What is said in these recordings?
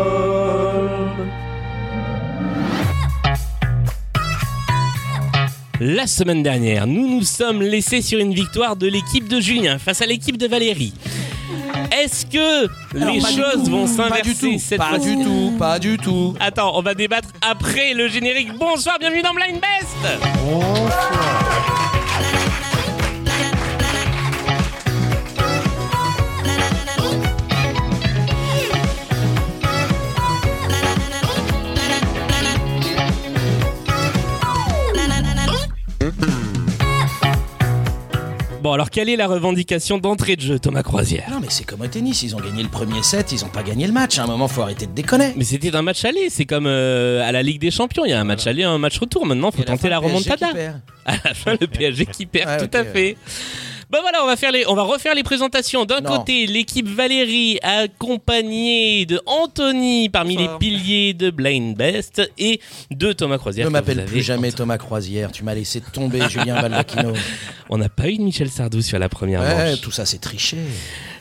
Microstodome. La semaine dernière, nous nous sommes laissés sur une victoire de l'équipe de Julien face à l'équipe de Valérie. Est-ce que les pas du choses tout. vont Pas du s'inverser tout, cette pas fois-ci du tout, pas du tout. Attends, on va débattre après le générique. Bonsoir, bienvenue dans Blind Best Bon, alors quelle est la revendication d'entrée de jeu, Thomas Croisière Ah Non mais c'est comme au tennis, ils ont gagné le premier set, ils ont pas gagné le match. À un moment, faut arrêter de déconner. mais c'était un match aller, c'est comme euh, à la Ligue des Champions, il y a un match aller, un match retour. Maintenant, faut Et à tenter fin, la le PSG qui remontada. perd. À la fin, le PSG qui perd, Ouais, tout ok, à ouais. fait. Bon voilà, on va faire les, on va refaire les présentations. D'un Non. côté, l'équipe Valérie accompagnée de Anthony parmi les Bonsoir. piliers de Blind Best et de Thomas Croisière. que Ne vous m'appelle avez plus jamais entendu. Thomas Croisière. Tu m'as laissé tomber, Julien Baldacchino. On n'a pas eu de Michel Sardou sur la première Ouais, manche. tout ça, c'est triché.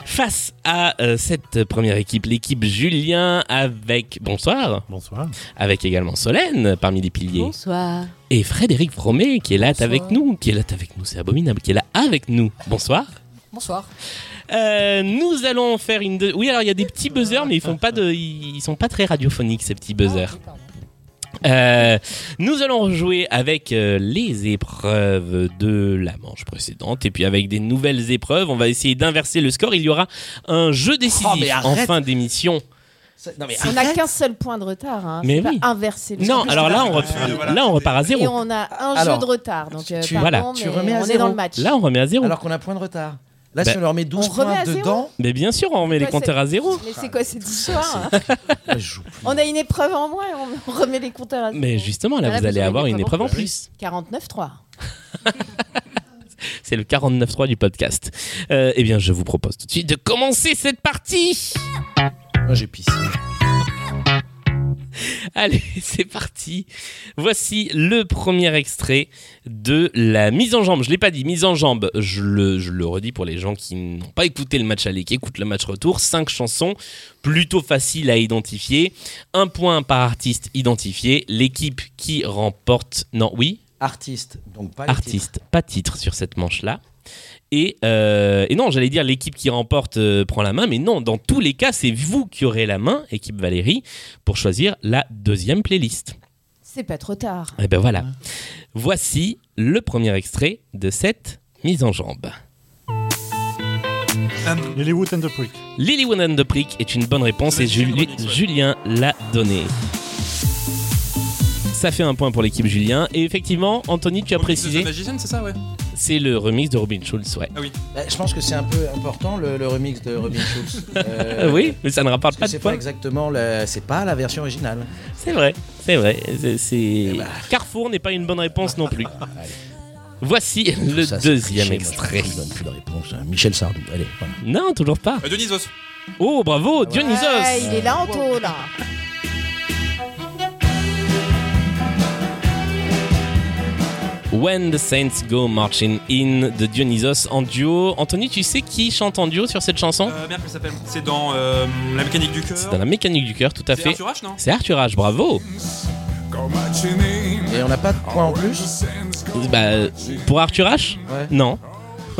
Face à euh, cette première équipe, l'équipe Julien avec bonsoir, Bonsoir. avec également Solène parmi les piliers Bonsoir. et Frédéric Fromet qui est là Bonsoir. avec nous, qui est là avec nous, c'est abominable, qui est là avec nous. Bonsoir. Bonsoir. Euh, nous allons faire une. de- Oui, alors il y a des petits buzzers, mais ils font pas de. Ils ils sont pas très radiophoniques ces petits buzzers. Ah, Euh, nous allons rejouer avec euh, les épreuves de la manche précédente et puis avec des nouvelles épreuves. On va essayer d'inverser le score. Il y aura un jeu décisif Oh, mais en arrête. fin d'émission. Ça- Non mais On n'a arrête. qu'un seul point de retard. Hein. Mais Faut pas oui. Inverser le Non, score. alors là on, Euh, rep- là, on repart à Et zéro. on a un Alors, jeu de retard. Donc, euh, tu- pardon, voilà. tu mais remets à on est zéro. dans le match. Là, on remet à zéro. Alors qu'on a point de retard. Là, Bah, si on leur met 12 on remet points à zéro. dedans, Mais bien sûr, on remet les Ouais, compteurs à zéro. Mais c'est quoi cette histoire hein moi, ben, je joue plus. On a une épreuve en moins et on on remet les compteurs à zéro. Mais justement, là, Là, vous Ah, vous allez aurez avoir des une épreuve épreuves en en plus. 49-3. C'est le 49.3 du podcast. Euh, eh bien, je vous propose tout de suite de commencer cette partie. Moi, j'ai pissé. Allez, c'est parti. Voici le premier extrait de la mise en jambe. Je l'ai pas dit, mise en jambe. Je le, je le redis pour les gens qui n'ont pas écouté le match aller, qui écoutent le match retour. Cinq chansons, plutôt faciles à identifier. Un point par artiste identifié. L'équipe qui remporte. Non, oui. Artiste, donc pas le titre. artiste, pas titre sur cette manche-là. Et, euh, et non, j'allais dire l'équipe qui remporte euh, prend la main, mais non, dans tous les cas, c'est vous qui aurez la main, équipe Valérie, pour choisir la deuxième playlist. C'est pas trop tard. Et ben voilà. Voici le premier extrait de cette mise en jambe. Lilywood and the Prick. Lily One and the Prick est une bonne réponse et Juli- Julien l'a donnée. Ça fait un point pour l'équipe Julien. Et effectivement, Anthony, tu as précisé, magicienne, c'est ça, ouais. c'est le remix de Robin Schulz, ouais. Bah, je pense que c'est un peu important le, le remix de Robin Schulz. Euh, Euh, oui, mais ça ne rapporte Parce que pas de c'est pas points. exactement la- c'est pas la version originale. C'est vrai, c'est vrai. C'est- c'est- bah. Carrefour n'est pas une bonne réponse non plus. Voici le Ça, c'est deuxième triché, extrait. Moi, je donne plus de réponse. hein. Michel Sardou, allez. voilà. Non, toujours pas. Euh, Dionysos. Oh, bravo, Dionysos Ouais, il est là en taux, là. When the Saints Go Marching In de Dionysos en duo. Anthony, tu sais qui chante en duo sur cette chanson Euh, merde, comment ça s'appelle C'est dans euh, La mécanique du cœur. C'est dans la mécanique du cœur, tout à C'est fait. Arthur H, non C'est Arthur H, bravo Et on n'a pas de Ah point en plus bah, Pour Arthur H Ouais. Non.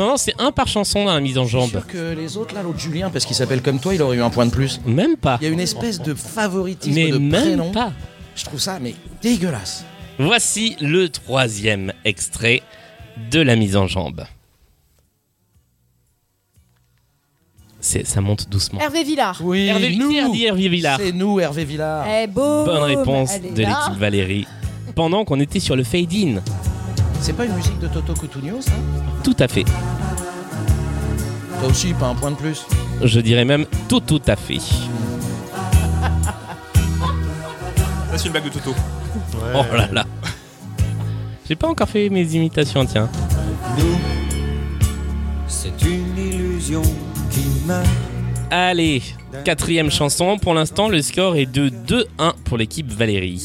Non, non, c'est un par chanson dans la mise en Je suis jambe. sûr que les autres, là, l'autre Julien, parce qu'il s'appelle comme toi, il aurait eu un point de plus. Même pas. Il y a une espèce de favoritisme Mais de prénom. même pas. Je trouve ça, mais dégueulasse. Voici le troisième extrait de la mise en jambe. C'est, ça monte doucement. Hervé Villard. Oui, Eh, Hervé, qui a dit Hervé Villard C'est nous, Hervé Villard. Eh, beau. Bonne réponse Elle est de là. l'équipe Valérie. Pendant qu'on était sur le fade-in. C'est pas une musique de Toto Cutugno, ça Tout à fait. Toi aussi, pas un point de plus. Je dirais même tout tout à fait. Ça, c'est une blague de Toto. Oh là là. J'ai pas encore fait mes imitations, tiens. C'est une illusion qui meurt. Allez, quatrième chanson. Pour l'instant, le score est de 2-1 pour l'équipe Valérie.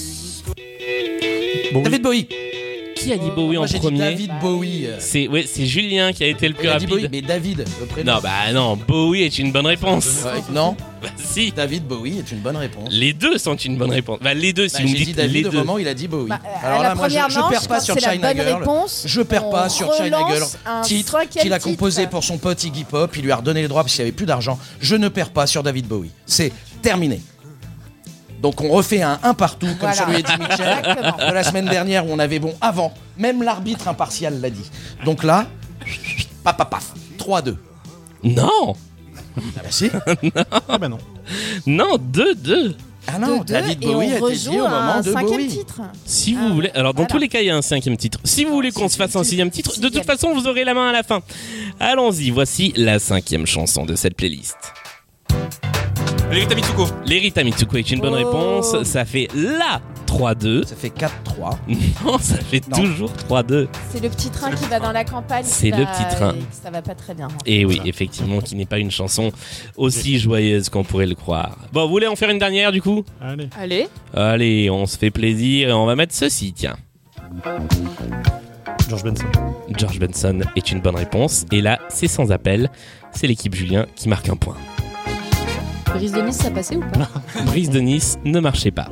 David Bowie. Qui qui a dit Bowie en Moi j'ai dit premier David Bowie. euh, C'est ouais, c'est Julien qui a été le plus il a dit rapide. Bowie, mais David, le prénom. Non, bah non, Bowie est une bonne réponse. Ouais, non, Bah, si, David Bowie est une bonne réponse. les deux sont une bonne réponse. Bah, les deux, si Bah, vous me j'ai dites dit les David au deux. moment où il a dit Bowie. Bah, à Alors la là, moi, je, première je manche, perds pas quand sur c'est la China bonne Girl. réponse, je perds on pas sur China relance Girl. un Titre cinquième qu'il a titre. composé pour son pote Iggy Pop. Il lui a redonné les droits parce qu'il n'y avait plus d'argent. Je ne perds pas sur David Bowie. C'est terminé. Donc on refait un un partout comme Voilà. celui d'Eddie Mitchell Exactement. de la semaine dernière où on avait bon avant. Même l'arbitre impartial l'a dit. Donc là, paf paf paf. 3-2. Non, Ah bah si. Ah bah non. non, deux, deux. Ah non, de deux, David et on Bowie a été rejoue dit au moment un de cinquième Bowie. titre. Si vous Ah, voulez, alors dans voilà. tous les cas, il y a un cinquième titre. Si vous voulez qu'on se fasse un sixième titre, de Sixième. toute façon, vous aurez la main à la fin. Allons-y, voici la cinquième chanson de cette playlist. L'Erita Mitsuko. L'Erita Mitsuko est une bonne Oh. réponse. Ça fait la 3-2. Ça fait 4-3. Non, ça fait Non. toujours 3-2. C'est le petit train qui va dans la campagne. C'est ça- le petit train. et que Ça va pas très bien. hein. Et Eh oui, effectivement, qui n'est pas une chanson aussi joyeuse qu'on pourrait le croire. Bon, vous voulez en faire une dernière du coup Allez. Allez, Allez, on se fait plaisir et on va mettre ceci, tiens. George Benson. George Benson est une bonne réponse. Et là, c'est sans appel. C'est l'équipe Julien qui marque un point. Brise de Nice, ça passait ou pas Brise de Nice ne marchait pas.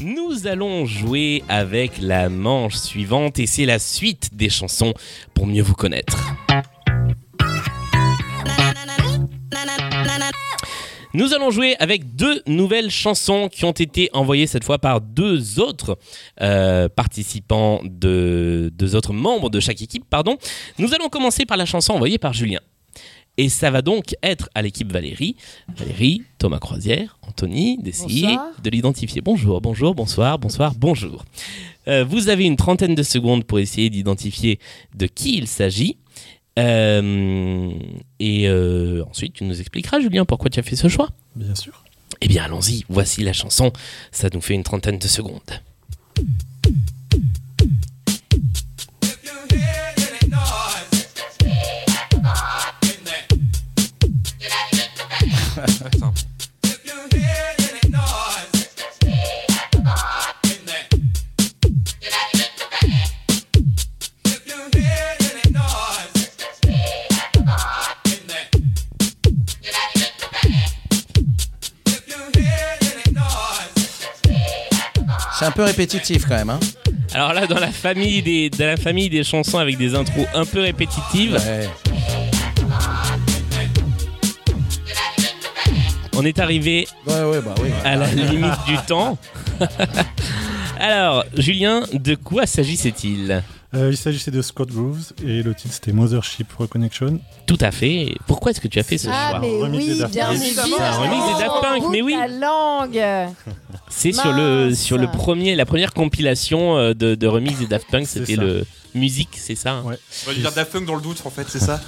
Nous allons jouer avec la manche suivante et c'est la suite des chansons pour mieux vous connaître. Nous allons jouer avec deux nouvelles chansons qui ont été envoyées cette fois par deux autres euh, participants de deux autres membres de chaque équipe. Pardon. Nous allons commencer par la chanson envoyée par Julien. Et ça va donc être à l'équipe Valérie, Valérie, Thomas Croisière, Anthony, d'essayer Bonsoir. de l'identifier. Bonjour, bonjour, bonsoir, bonsoir, bonjour. Euh, vous avez une trentaine de secondes pour essayer d'identifier de qui il s'agit. Euh, et euh, ensuite, tu nous expliqueras, Julien, pourquoi tu as fait ce choix. Bien sûr. Eh bien, allons-y, voici la chanson. Ça nous fait une trentaine de secondes. C'est un peu répétitif quand même. Hein. Alors là, dans la famille des, dans la famille des chansons avec des intros un peu répétitives, on est arrivé Ouais, ouais, bah oui. à la limite du temps. Alors, Julien, de quoi s'agissait-il Euh, il s'agissait de Scott Grooves et le titre c'était Mothership Reconnection. Tout à fait. Pourquoi est-ce que tu as fait ce Ah, choix mais remix des oui, Daft bien Punk. sûr. C'est un remix des Daft Punk, mais oui. La langue. C'est sur le sur le Mince. premier la première compilation euh, de, de remix des Daft Punk, C'est c'était ça. le musique, c'est ça. hein Ouais. On va lui dire Daft Punk dans le doute en fait, c'est ça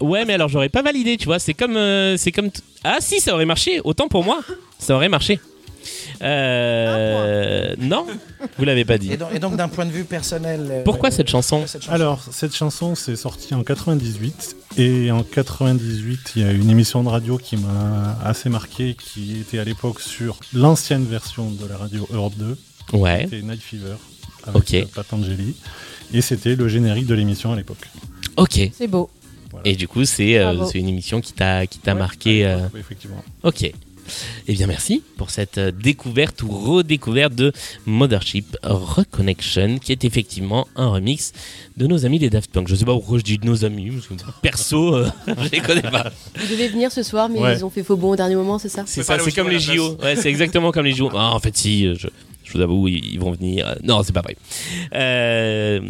Ouais, mais alors j'aurais pas validé, tu vois. C'est comme, euh, c'est comme. t- Ah si, ça aurait marché. Autant pour moi, ça aurait marché. Euh, non, vous l'avez pas dit. Et donc, et donc, d'un point de vue personnel. euh, Pourquoi euh, cette chanson cette chanson Alors, cette chanson c'est sorti en 98 et en 98, il y a une émission de radio qui m'a assez marqué qui était à l'époque sur l'ancienne version de la radio Europe 2, Ouais. c'était Night Fever avec Ok. euh, Patangeli et c'était le générique de l'émission à l'époque. Ok. C'est beau. Et du coup, c'est euh, Bravo. c'est une émission qui t'a qui t'a Ouais, marqué. à euh, l'époque, oui, effectivement. Ok. Eh bien, merci pour cette euh, découverte ou redécouverte de Mothership Reconnection, qui est effectivement un remix de nos amis des Daft Punk. Je sais pas pourquoi je dis de nos amis, parce que perso, euh, je les connais pas. Vous devez venir ce soir, mais Ouais. ils ont fait faux bon au dernier moment, c'est ça C'est Mais ça, pas là où c'est je comme suis les à la JO. Ouais, c'est exactement comme les JO. Ah, en fait, si, je, je vous avoue, ils ils vont venir. Euh, Non, c'est pas vrai. Euh,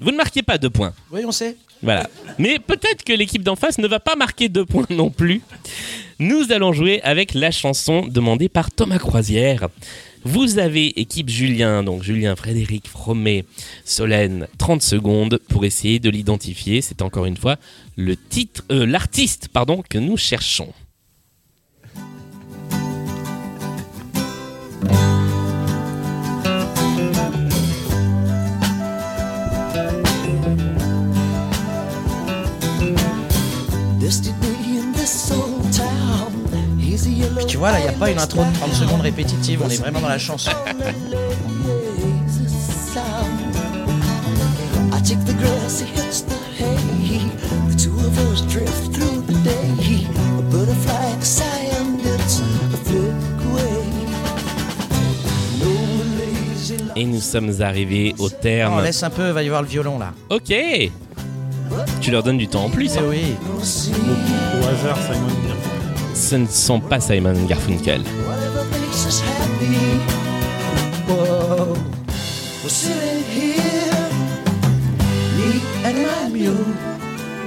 vous ne marquez pas deux points. Oui, on sait. Voilà. Mais peut-être que l'équipe d'en face ne va pas marquer deux points non plus. Nous allons jouer avec la chanson demandée par Thomas Croisière. Vous avez équipe Julien, donc Julien, Frédéric, Fromé, Solène, 30 secondes pour essayer de l'identifier. C'est encore une fois le titre, euh, l'artiste, pardon, que nous cherchons. Puis tu vois, là, il n'y a pas une intro de 30 secondes répétitive. On est vraiment dans la chanson. grass hits the hay. The two of us drift through the day. A butterfly sigh and it's a flick away. No lazy Et nous sommes arrivés au On terme. laisse un peu, va y avoir le violon là. Ok Tu leur donnes du temps en plus. Eh hein. oui. Au hasard, Simon Bird. Ce ne sont pas Simon and Garfunkel. Whatever makes us happy. Whoa. We're sitting here, me and my mule.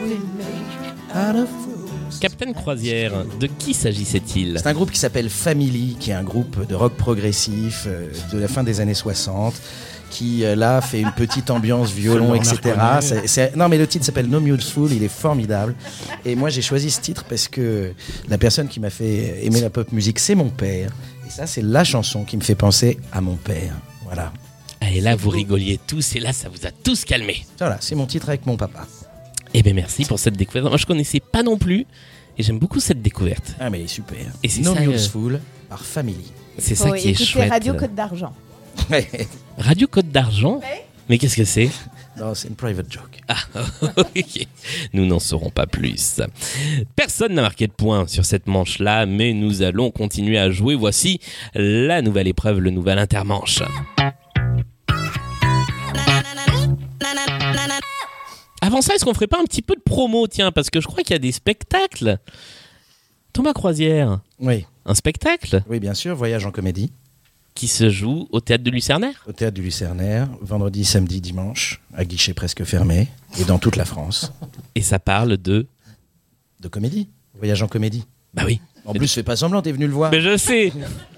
We make out of fools. Captain Croisière, de qui s'agissait-il C'est un groupe qui s'appelle Family, qui est un groupe de rock progressif euh, de la fin des années 60, qui euh, là fait une petite ambiance violon, Seulement etc. Marconi. C'est- c'est- non mais le titre s'appelle No Mule Fool, il est formidable. Et moi j'ai choisi ce titre parce que la personne qui m'a fait aimer la pop musique, c'est mon père. Et ça c'est la chanson qui me fait penser à mon père. Voilà. Ah, Et là, vous rigoliez tous, et là, ça vous a tous calmé. Voilà, c'est mon titre avec mon papa. Eh bien, merci pour cette découverte. Moi, je connaissais pas non plus, et j'aime beaucoup cette découverte. Ah mais il est super. Et c'est no ça, Mule euh, Fool par Family. C'est ça Faut qui est écouter chouette. Oh, Radio Côte d'Argent. Radio Côte d'Argent Mais qu'est-ce que c'est non, c'est une private joke. Ah, Ok. Nous n'en saurons pas plus. Personne n'a marqué de point sur cette manche-là, mais nous allons continuer à jouer. Voici la nouvelle épreuve, le nouvel intermanche. Avant ça, est-ce qu'on ferait pas un petit peu de promo, tiens, parce que je crois qu'il y a des spectacles. Thomas Croisière, Oui, un spectacle oui bien sûr, voyage en comédie. qui se joue au théâtre de Lucernaire. au théâtre du Lucernaire, vendredi, samedi, dimanche, à guichet presque fermé, et dans toute la France, Et ça parle de... de comédie. Voyage en comédie. Bah oui. En plus, fais pas semblant, t'es venu le voir. Mais je sais,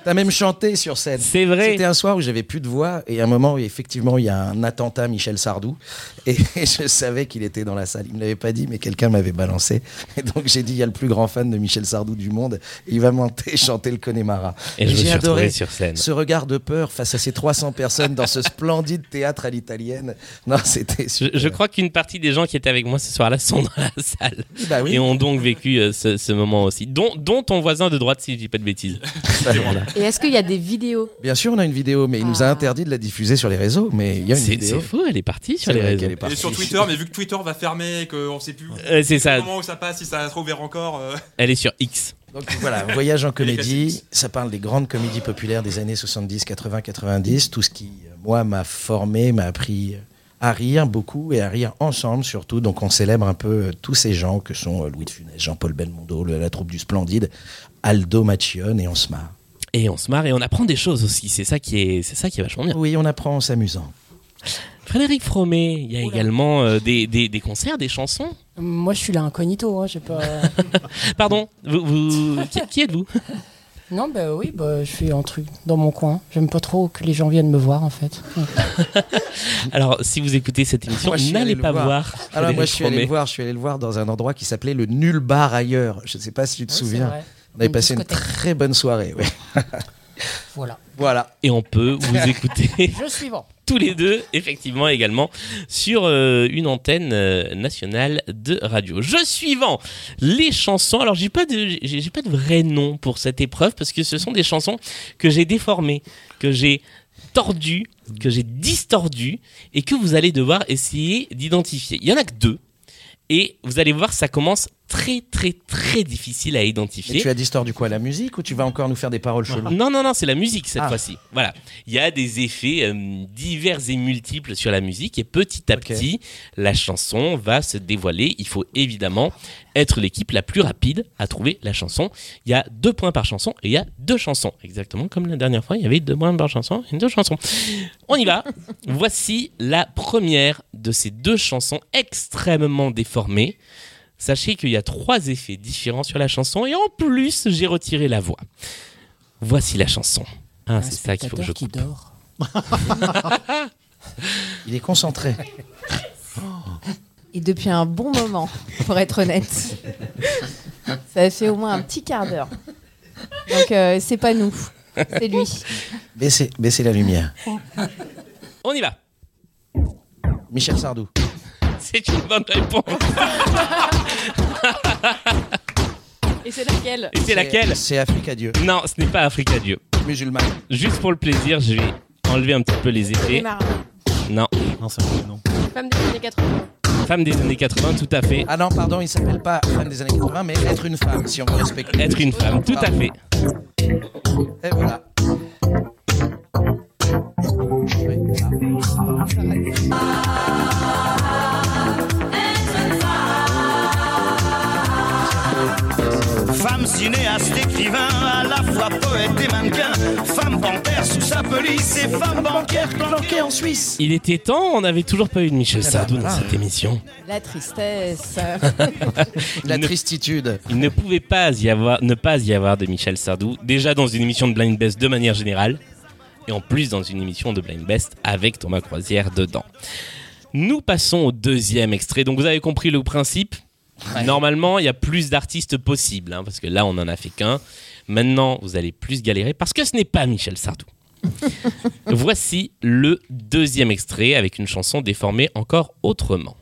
T'as même chanté sur scène. c'est vrai. C'était un soir où j'avais plus de voix et à un moment où effectivement il y a un attentat Michel Sardou et je savais qu'il était dans la salle. Il me l'avait pas dit mais quelqu'un m'avait balancé et donc j'ai dit il y a le plus grand fan de Michel Sardou du monde et il va monter chanter le Connemara. Et je me j'ai suis retrouvé adoré sur scène. ce regard de peur face à ces 300 personnes dans ce splendide théâtre à l'italienne. Non c'était Je, super. je crois qu'une partie des gens qui étaient avec moi ce soir-là sont dans la salle Bah oui. et ont donc vécu euh, ce, ce moment aussi, dont, dont ton voisin de droite, si je dis pas de bêtises. Et est-ce qu'il y a des vidéos Bien sûr, on a une vidéo, mais il nous a interdit de la diffuser sur les réseaux. Mais il y a une C'est c'est vidéo. fou, elle est partie sur C'est les vrai réseaux. qu'elle est Et partie. sur Twitter, mais vu que Twitter va fermer et qu'on sait plus Euh, c'est ça, au moment où ça passe, si ça a rouvert encore. euh, elle est sur X. Donc voilà, Voyage en Et les comédie, classiques. ça parle des grandes comédies populaires des années 70, 80, 90, tout ce qui, euh, moi, m'a formé, m'a appris euh, à rire beaucoup et à rire ensemble surtout. Donc on célèbre un peu euh, tous ces gens que sont euh, Louis de Funès, Jean-Paul Belmondo, le- la troupe du Splendide, Aldo Machione et on se marre. Et on se marre et on apprend des choses aussi, c'est ça qui est, c'est ça qui est vachement bien. Oui, on apprend en s'amusant. Frédéric Fromet, il y a également euh, des, des- des concerts, des chansons. Moi, je suis là incognito, hein, j'ai pas. Pardon, vous, vous- qui, qui êtes-vous non, bah oui, bah, je suis en truc dans mon coin. J'aime pas trop que les gens viennent me voir, en fait. Alors, si vous écoutez cette émission, Ah, Moi, je suis allé n'allez le pas voir. voir. Alors Frédéric moi, je suis allé le Fromet. voir, je suis allé le voir dans un endroit qui s'appelait le Nul Bar ailleurs. Je ne sais pas si Ah tu te souviens. On avait Une passé une discothèque. très bonne soirée. ouais. Voilà. Voilà. Et on peut vous écouter Je suis bon. tous les deux, effectivement, également, sur euh, une antenne euh, nationale de radio. Je suivant les chansons. Alors, j'ai pas de, j'ai- j'ai pas de vrai nom pour cette épreuve parce que ce sont des chansons que j'ai déformées, que j'ai tordues, que j'ai distordues et que vous allez devoir essayer d'identifier. Il y en a que deux. Et vous allez voir, ça commence très, très, très difficile à Mais identifier. tu as distordu quoi La musique ou tu vas encore nous faire des paroles cheloues Non, non, non, c'est la musique cette Ah. fois-ci. Voilà. Il y a des effets euh, divers et multiples sur la musique et petit à Ok. petit, la chanson va se dévoiler. Il faut évidemment être l'équipe la plus rapide à trouver la chanson. Il y a deux points par chanson et il y a deux chansons. Exactement comme la dernière fois, il y avait deux points par chanson et deux chansons. On y va. Voici la première de ces deux chansons extrêmement déformées. Sachez qu'il y a trois effets différents sur la chanson et en plus, j'ai retiré la voix. Voici la chanson. Ah, Un c'est ça qu'il faut que je spectateur qui coupe. dort. Il est concentré. Et depuis un bon moment, pour être honnête. Ça fait au moins un petit quart d'heure. Donc euh, c'est pas nous, c'est lui. Baissez, baissez la lumière. On y va. Michel Sardou. C'est une bonne réponse. Et c'est laquelle Et c'est laquelle C'est Afrique à Dieu. Non, ce n'est pas Africa Dieu. Musulman. Juste pour le plaisir, je vais enlever un petit peu les effets. Démarre. Non, Non, c'est vrai, non. Femme des années 80. Femme des années 80, tout à fait. Ah non, pardon, il s'appelle pas femme des années 80, mais être une femme, si on veut respecter. Être une femme, tout à Pardon. fait. Et voilà. Femme cinéaste, écrivain, à la fois poète et mannequin. Femme panthère sous sa pelisse et femme bancaire planquée en Suisse. Il était temps, on n'avait toujours pas eu de Michel Eh ben Sardou voilà. dans cette émission. La tristesse. La Il ne- tristitude. Il ne pouvait pas y avoir, ne pas y avoir de Michel Sardou, déjà dans une émission de Blind Best de manière générale, et en plus dans une émission de Blind Best avec Thomas Croisière dedans. Nous passons au deuxième extrait. Donc vous avez compris le principe. Normalement, il y a plus d'artistes possibles, hein, parce que là, on en a fait qu'un. Maintenant, vous allez plus galérer parce que ce n'est pas Michel Sardou. Voici le deuxième extrait avec une chanson déformée encore autrement.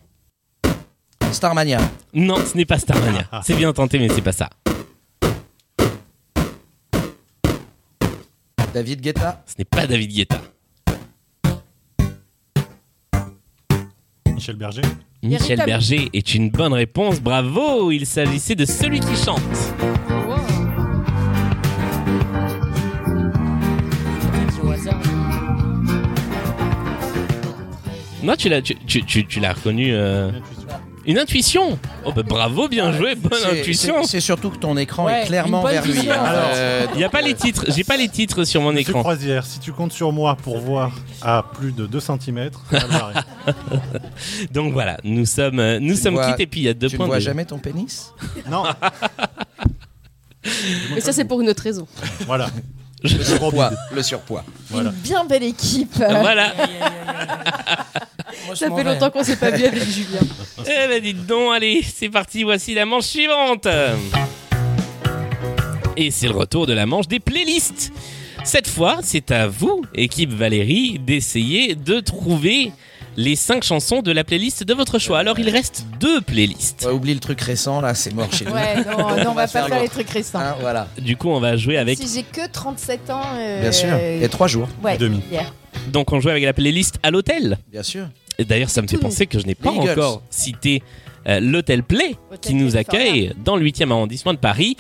Starmania. Non, ce n'est pas Starmania. C'est bien tenté, mais c'est pas ça. David Guetta. Ce n'est pas David Guetta. Michel Berger. Michel Véritable. Berger est une bonne réponse, bravo Il s'agissait de celui qui chante. Non, tu l'as, tu, tu- tu- tu l'as reconnu. euh, Une intuition Oh bah bravo, bien joué, bonne C'est- intuition c'est- C'est surtout que ton écran Ouais, est clairement une bonne vers lui. vision. hein. Alors, Euh, Il n'y a pas les titres, j'ai pas les titres sur mon Monsieur écran. Croisière, si tu comptes sur moi pour voir à plus de 2 cm, Donc voilà, nous sommes, euh, nous Tu ne sommes vois- quittes et puis il y a deux tu ne points. vois de- jamais ton pénis Non, Mais ça, c'est pour une autre raison. voilà. Le surpoids. Le surpoids. Voilà. Une bien belle équipe. Voilà. Ça fait longtemps qu'on s'est pas vu avec Julien. Eh ben dites donc, allez, c'est parti, voici la manche suivante. Et c'est le retour de la manche des playlists. Cette fois, c'est à vous, équipe Valérie, d'essayer de trouver les 5 chansons de la playlist de votre choix. Alors, il reste deux playlists. Ouais, oublie le truc récent, là, c'est mort chez nous. Ouais, non, non, on va pas faire les l'autre. trucs récents. Hein, voilà, Du coup, on va jouer avec... Si j'ai que 37 ans. euh, bien sûr. Et trois jours, Ouais, Et demi. hier. Donc, on joue avec la playlist à l'hôtel. bien sûr. Et D'ailleurs, ça me fait Tout. penser que je n'ai pas Les Eagles. encore cité euh, l'hôtel Play Hôtel qui nous California. accueille dans le 8e arrondissement de Paris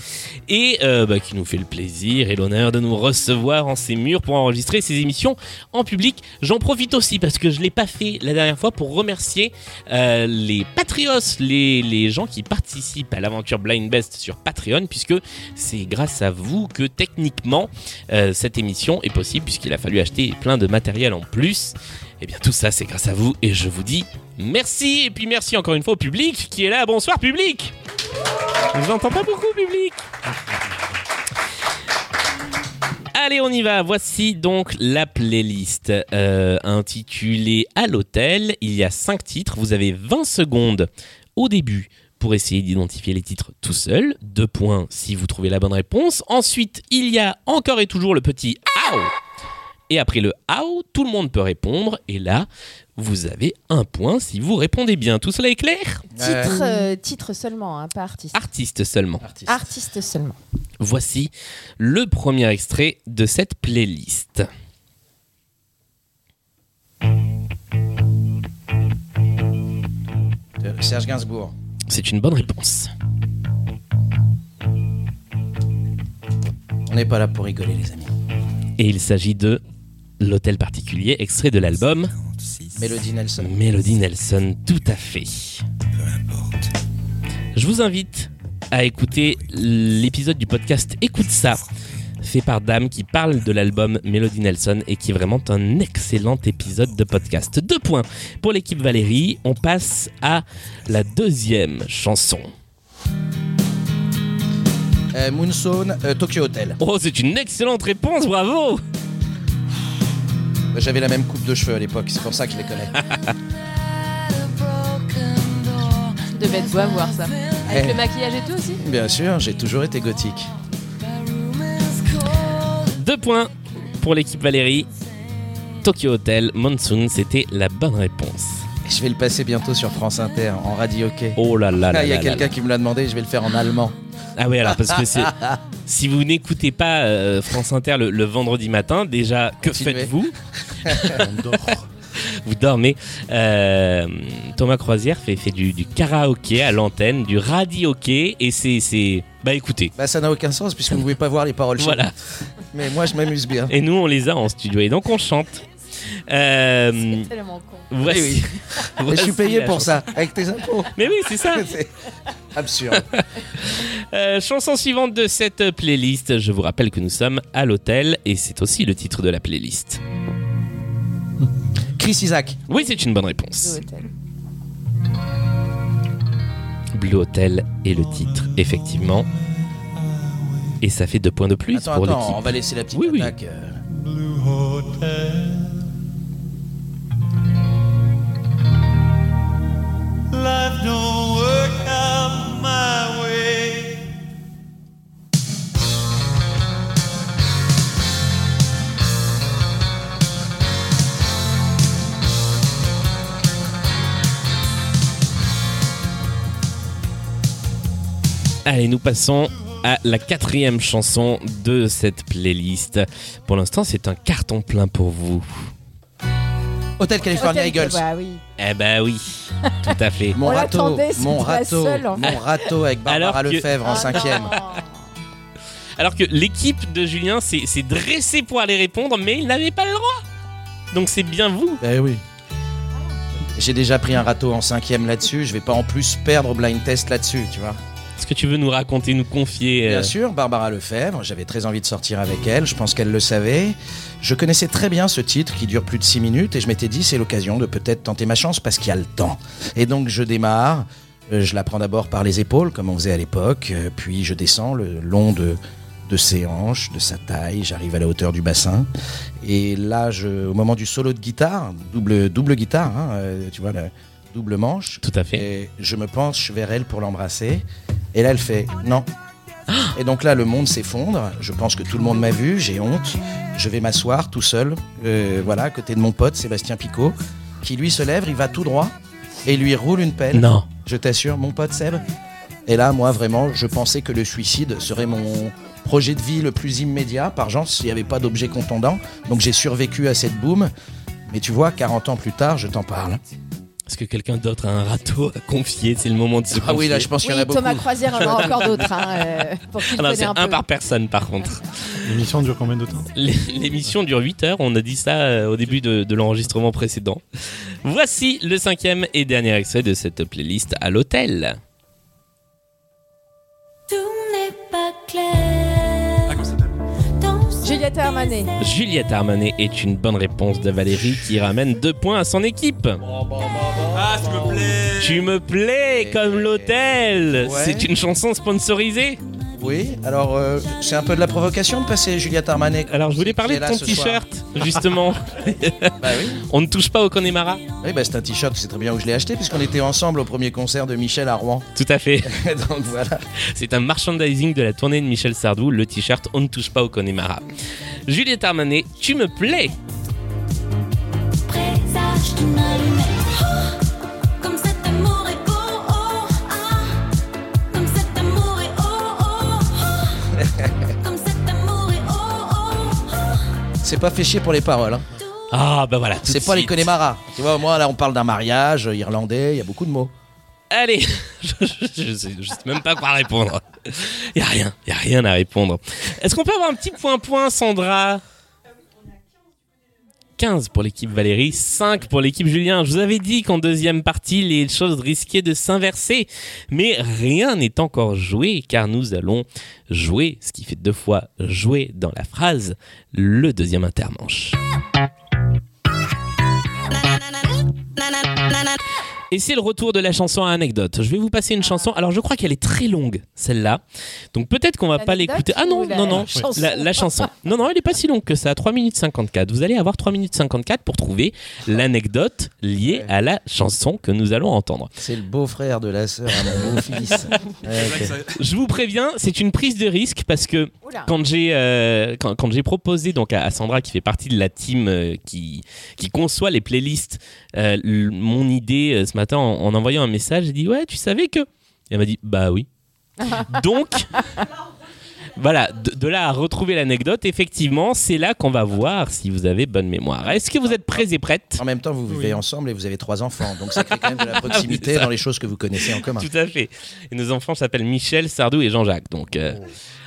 et euh, bah, qui nous fait le plaisir et l'honneur de nous recevoir en ses murs pour enregistrer ses émissions en public. J'en profite aussi parce que je ne l'ai pas fait la dernière fois pour remercier euh, les Patrios, les, les gens qui participent à l'aventure Blind Best sur Patreon puisque c'est grâce à vous que techniquement euh, cette émission est possible puisqu'il a fallu acheter plein de matériel en plus. Eh bien tout ça c'est grâce à vous et je vous dis merci et puis merci encore une fois au public qui est là. Bonsoir public Je vous entends pas beaucoup public Allez, on y va. Voici donc la playlist euh, intitulée À l'hôtel. Il y a 5 titres. Vous avez 20 secondes au début pour essayer d'identifier les titres tout seul. Deux points si vous trouvez la bonne réponse. Ensuite, il y a encore et toujours le petit How. Et après le How, tout le monde peut répondre. Et là, vous avez un point si vous répondez bien. Tout cela est clair Ouais. Titre, euh, titre seulement, hein, pas artiste. Artiste seulement. Artiste. Artiste seulement. Voici le premier extrait de cette playlist. De Euh, Serge Gainsbourg. C'est une bonne réponse. On n'est pas là pour rigoler, les amis. Et il s'agit de L'Hôtel Particulier, extrait de l'album Mélodie Nelson. Mélodie Nelson, tout à fait. Je vous invite à écouter l'épisode du podcast Écoute ça, fait par Dame qui parle de l'album Mélodie Nelson et qui est vraiment un excellent épisode de podcast. Deux points pour l'équipe Valérie. On passe à la deuxième chanson. Euh, Moonstone, euh, Tokyo Hotel. Oh, c'est une excellente réponse, bravo! J'avais la même coupe de cheveux à l'époque, c'est pour ça que je les connais. Tu devais être beau à voir ça. Avec Eh. le maquillage et tout aussi. Bien sûr, j'ai toujours été gothique. Deux points pour l'équipe Valérie. Tokyo Hotel, Monsoon, c'était la bonne réponse. Et Je vais le passer bientôt sur France Inter, en radio hockey. Oh là là là Ah, il y a là quelqu'un là. qui me l'a demandé, je vais le faire en allemand. Ah oui, alors parce que c'est... Si vous n'écoutez pas euh, France Inter le, le vendredi matin, déjà, que Continuez. faites-vous On dort. vous dormez. Euh, Thomas Croisière fait, fait du, du karaoké à l'antenne, du radioké, et c'est- c'est. Bah écoutez. Bah, ça n'a aucun sens puisque vous ne pouvez pas voir les paroles. chez Voilà. vous. Mais moi, je m'amuse bien. Et nous, on les a en studio, et donc on chante. Euh, tellement con. voici- Oui, Et je voici suis payé la pour chanson. ça, avec tes impôts. Mais oui, c'est ça. C'est absurde. Euh, chanson suivante de cette playlist. Je vous rappelle que nous sommes à l'hôtel et c'est aussi le titre de la playlist. Chris Isaac. Oui, c'est une bonne réponse. Blue Hotel est le titre, effectivement. Et ça fait deux points de plus Attends, pour attends, on l'équipe. va laisser la petite attaque. euh. Life don't work out my way. Allez, nous passons à la quatrième chanson de cette playlist. Pour l'instant, c'est un carton plein pour vous. Hôtel California Hôtel- Eagles. Bah oui. Eh ben oui, tout à fait. Mon On râteau, l'attendait, c'était mon la râteau, seule, en fait. mon râteau avec Barbara Alors que- Ah, Lefebvre en cinquième. Oh. Alors que l'équipe de Julien s'est s'est dressée pour aller répondre, mais il n'avait pas le droit. Donc c'est bien vous. Ben oui. J'ai déjà pris un râteau en cinquième là-dessus. Je vais pas en plus perdre au blind test là-dessus, tu vois. Est-ce que tu veux nous raconter, nous confier euh, Bien sûr, Barbara Lefebvre, j'avais très envie de sortir avec elle, je pense qu'elle le savait. Je connaissais très bien ce titre qui dure plus de 6 minutes et je m'étais dit c'est l'occasion de peut-être tenter ma chance parce qu'il y a le temps. Et donc je démarre, euh, je la prends d'abord par les épaules comme on faisait à l'époque, euh, puis je descends le long de, de ses hanches, de sa taille, j'arrive à la hauteur du bassin. Et là, je, au moment du solo de guitare, double, double guitare, hein, euh, tu vois, le double manche, Tout à fait. et je me penche vers elle pour l'embrasser. Et là, elle fait non. Et donc là, le monde s'effondre. Je pense que tout le monde m'a vu. J'ai honte. Je vais m'asseoir tout seul, euh, voilà, à côté de mon pote Sébastien Picot, qui lui se lève, il va tout droit et lui roule une pelle. Non. Je t'assure, mon pote Seb. Et là, moi, vraiment, je pensais que le suicide serait mon projet de vie le plus immédiat. Par chance, il n'y avait pas d'objet contondant. Donc j'ai survécu à cette boum. Mais tu vois, 40 ans plus tard, je t'en parle. Est-ce que quelqu'un d'autre a un râteau à confier C'est le moment de se Ah oui, confier. là, je pense qu'il y en a Oui, beaucoup. Thomas Croisière en a encore d'autres. Hein, euh, pour qu'il Ah non, connaît c'est un, un, peu. par personne, par contre. L'émission dure combien de temps L'é- L'émission dure 8 heures. On a dit ça euh, au début de, de l'enregistrement précédent. Voici le cinquième et dernier extrait de cette playlist à l'hôtel. Tout n'est pas clair dans ce Juliette Armanet. Juliette Armanet est une bonne réponse de Valérie qui ramène deux points à son équipe. Ah, s'il me plaît Tu me plais comme l'hôtel. Eh, Ouais. C'est une chanson sponsorisée. Oui, alors euh, c'est un peu de la provocation de passer Juliette Armanet. Alors je voulais C'est parler qui de est ton là ce soir. t-shirt justement. Bah oui. On ne touche pas au Connemara. Oui, bah, c'est un t-shirt, c'est très bien où je l'ai acheté, puisqu'on était ensemble au premier concert de Michel à Rouen. Tout à fait. Donc voilà. C'est un merchandising de la tournée de Michel Sardou, le t-shirt On ne touche pas au Connemara. Juliette Armanet, tu me plais. présage qui m'allumait. Oh, comme cet amour est beau, oh, ah, comme cet amour est oh, oh, oh, comme cet amour est oh, oh, oh. C'est pas fait chier pour les paroles. hein. Ah bah voilà. tout C'est de pas les suite. Connemara. Tu vois, au moins là, on parle d'un mariage euh, irlandais, il y a beaucoup de mots. Allez, je, je- je sais, je sais même pas quoi répondre. Y a rien, y a rien à répondre. Est-ce qu'on peut avoir un petit point-point, Sandra 15 pour l'équipe Valérie, 5 pour l'équipe Julien. Je vous avais dit qu'en deuxième partie, les choses risquaient de s'inverser. Mais rien n'est encore joué, car nous allons jouer, ce qui fait deux fois jouer dans la phrase, le deuxième intermanche. Et c'est le retour de la chanson à anecdote. Je vais vous passer une chanson. Alors, je crois qu'elle est très longue, celle-là. Donc, peut-être qu'on va pas L'anecdote l'écouter. Ah non, ou la- non, non. la chanson La, la chanson. Non, non, elle est pas si longue que ça. 3 minutes 54. Vous allez avoir 3 minutes 54 pour trouver l'anecdote liée à la chanson que nous allons entendre. C'est le beau-frère de la sœur à mon beau-fils. Ouais, C'est vrai que ok. ça- Je vous préviens, c'est une prise de risque parce que Oula. quand j'ai euh, quand, quand j'ai proposé donc à, à Sandra qui fait partie de la team euh, qui qui conçoit les playlists euh, l- mon idée euh, ce matin en, en envoyant un message j'ai dit ouais tu savais que Et elle m'a dit bah oui donc Voilà, de, de là à retrouver l'anecdote, effectivement, c'est là qu'on va voir si vous avez bonne mémoire. Est-ce que vous êtes prêts et prêtes En même temps, vous vivez ensemble et vous avez trois enfants, donc ça crée quand même de la Ah proximité Oui, ça. dans les choses que vous connaissez en commun. Tout à fait. Et nos enfants s'appellent Michel, Sardou et Jean-Jacques. Donc, euh,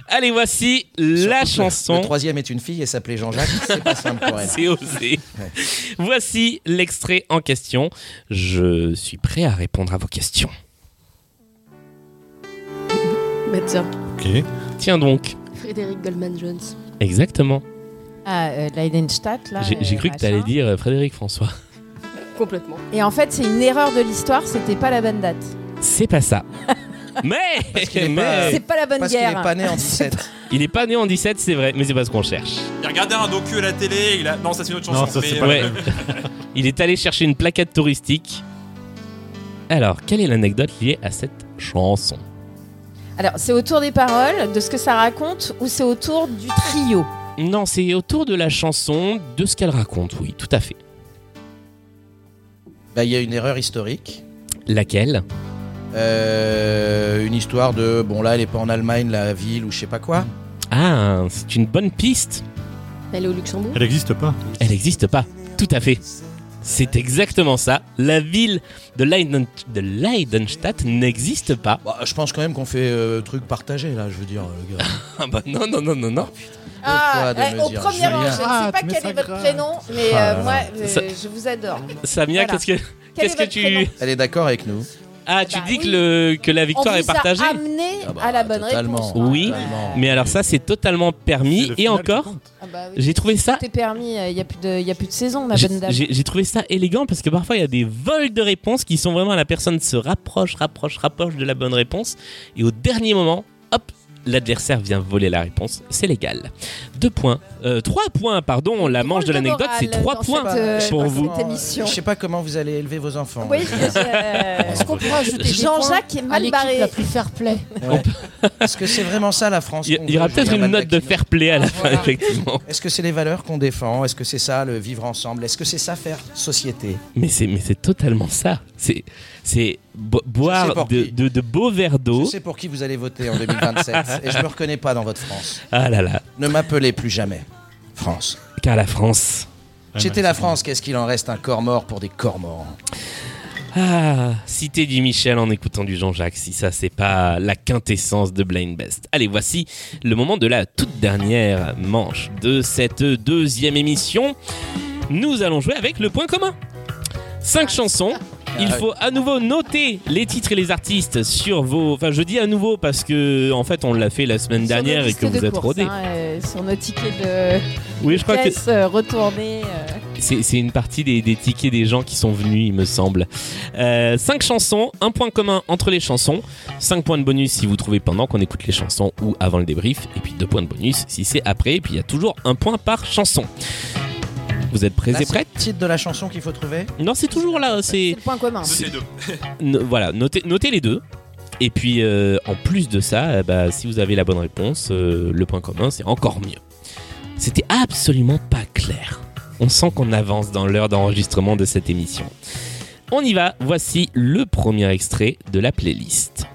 allez, voici la chanson. Le troisième est une fille et s'appelait Jean-Jacques, c'est pas simple pour elle. C'est osé. Voici l'extrait en question. Je suis prêt à répondre à vos questions. Bah tiens, Ok. Tiens donc. Frédéric Goldman Jones. Exactement. Ah, euh, Leidenstadt, là. J'ai j'ai euh, cru que tu machin. allais dire euh, Frédéric François. Complètement. Et en fait, c'est une erreur de l'histoire, c'était pas la bonne date. C'est pas ça. Mais, mais- C'est pas la bonne Parce qu'il guerre. est pas né en 17. il est pas né en 17, c'est vrai, mais c'est pas ce qu'on cherche. Il regardait un docu à la télé, il a... Non, ça c'est une autre chanson. mais, Ouais. euh, Il est allé chercher une plaquette touristique. Alors, quelle est l'anecdote liée à cette chanson Alors, c'est autour des paroles, de ce que ça raconte, ou c'est autour du trio Non, c'est autour de la chanson, de ce qu'elle raconte, oui, tout à fait. Bah, Il y a une erreur historique. Laquelle Euh, une histoire de bon là elle est pas en Allemagne la ville ou je sais pas quoi Ah, c'est une bonne piste. Elle est au Luxembourg Elle n'existe pas. Elle n'existe pas, tout à fait. C'est exactement ça. La ville de, Leiden- de Leidenstadt n'existe pas. Bah, je pense quand même qu'on fait euh, truc partagé là je veux dire le gars Ah bah non, non, non, non, non. Ah, de eh, me au dire, premier rang, Julien. je ne sais Ah, pas mais quel ça est votre grave. prénom, mais Ah là euh, là. moi, euh, Ça- je vous adore. Samia, Voilà. qu'est-ce que, Quel qu'est-ce est que votre prénom tu... elle est d'accord avec nous Ah, tu Bah dis que, oui. le, que la victoire On est partagée vous a amené Ah bah, à la bonne totalement. réponse. bah, Oui, Totalement. mais alors ça, c'est totalement permis. Et encore, Ah bah oui. j'ai trouvé ça Tout est permis, euh, il n'y a, plus de- y a plus de saison, la J'ai- bonne dame. J'ai j'ai trouvé ça élégant parce que parfois il y a des vols de réponses qui sont vraiment la personne se rapproche, rapproche, rapproche de la bonne réponse et au dernier moment, hop, l'adversaire vient voler la réponse. C'est légal. Deux points, euh, trois points, pardon. La manche de de l'anecdote, morale c'est trois dans points cette, euh, pour dans vous. cette émission. je sais pas comment vous allez élever vos enfants Oui, euh, Est-ce qu'on pourrait ajouter des Jean-Jacques est points à mal l'équipe barré. la plus fair play Ouais. est-ce que c'est vraiment ça la France Il y- qu'on il y aura veut, peut-être Julien une note de Baldacchino fair play à la fin, Voilà. effectivement. est-ce que c'est les valeurs qu'on défend est-ce que c'est ça le vivre ensemble est-ce que c'est ça faire société Mais c'est mais c'est totalement ça. C'est c'est bo- sais boire pour de, qui. de- de beaux verres je d'eau. sais pour qui vous allez voter en 2027 et je me reconnais pas dans votre France Ah là là, ne m'appelez plus jamais France car la France. J'étais la France, qu'est-ce qu'il en reste un corps mort pour des corps morts Ah, citer du Michel en écoutant du Jean-Jacques, si ça c'est pas la quintessence de Blind Best. Allez, voici le moment de la toute dernière manche de cette deuxième émission. Nous allons jouer avec le point commun. Cinq chansons. Il Ah oui. faut à nouveau noter les titres et les artistes sur vos. Enfin, je dis à nouveau parce que en fait on l'a fait la semaine Sur nos dernière et listes que vous de êtes courses, rodés. hein, euh, sur nos tickets de Oui, je crois que caisse euh, retournés. euh. C'est c'est une partie des, des tickets des gens qui sont venus, il me semble. Euh, cinq chansons, un point commun entre les chansons, cinq points de bonus si vous trouvez pendant qu'on écoute les chansons ou avant le débrief, et puis deux points de bonus si c'est après, et puis il y a toujours un point par chanson. Vous êtes prêts Là, et c'est le prêtes titre de la chanson qu'il faut trouver Non, c'est toujours là, c'est... C'est le point commun. deux, c'est deux. no- voilà, notez, notez les deux. Et puis, euh, en plus de ça, euh, bah, si vous avez la bonne réponse, euh, le point commun, c'est encore mieux. C'était absolument pas clair. On sent qu'on avance dans l'heure d'enregistrement de cette émission. On y va, voici le premier extrait de la playlist.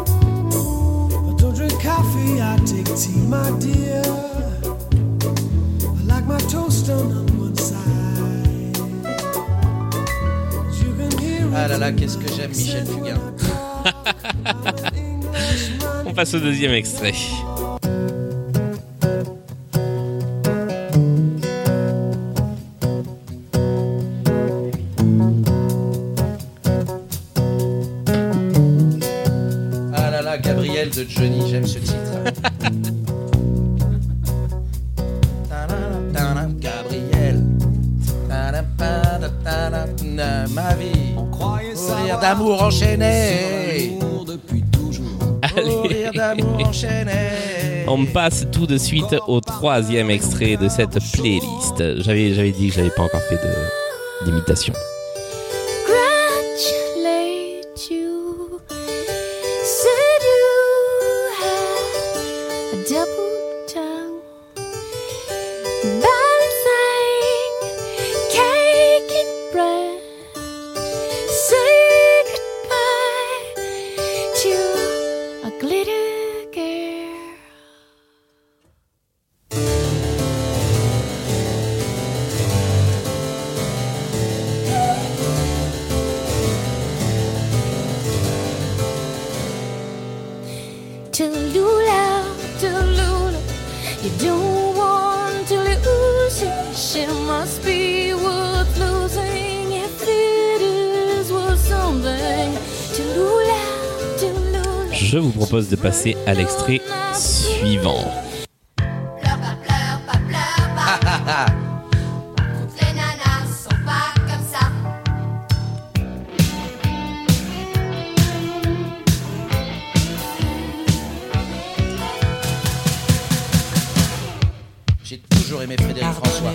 I don't drink coffee, I take tea, my dear. I like my toast done on one side. You can hear it Ah là là, in qu'est-ce my que j'aime Michel accent Fugain. when I talk. I'm an Englishman. On passe au deuxième extrait. Ah là là, Gabriel de Johnny, j'aime ce titre. Tadam, tadam, Gabriel. Tadam, tadam, tadam, Ma vie, Croyez mourir savoir d'amour enchaîné. l'amour depuis toujours. Mourir d'amour enchaîné. On passe tout de suite au troisième extrait de cette playlist. J'avais j'avais dit que j'avais pas encore fait de- d'imitation. Congratulate you. Said you little girl. Tallulah, Tallulah, you don't want to lose her. She must be worth losing if it is worth something. Tallulah, Tallulah. Je vous propose de passer à l'extrait suivant. Toutes les nanas sont pas comme ça. J'ai toujours aimé Frédéric François.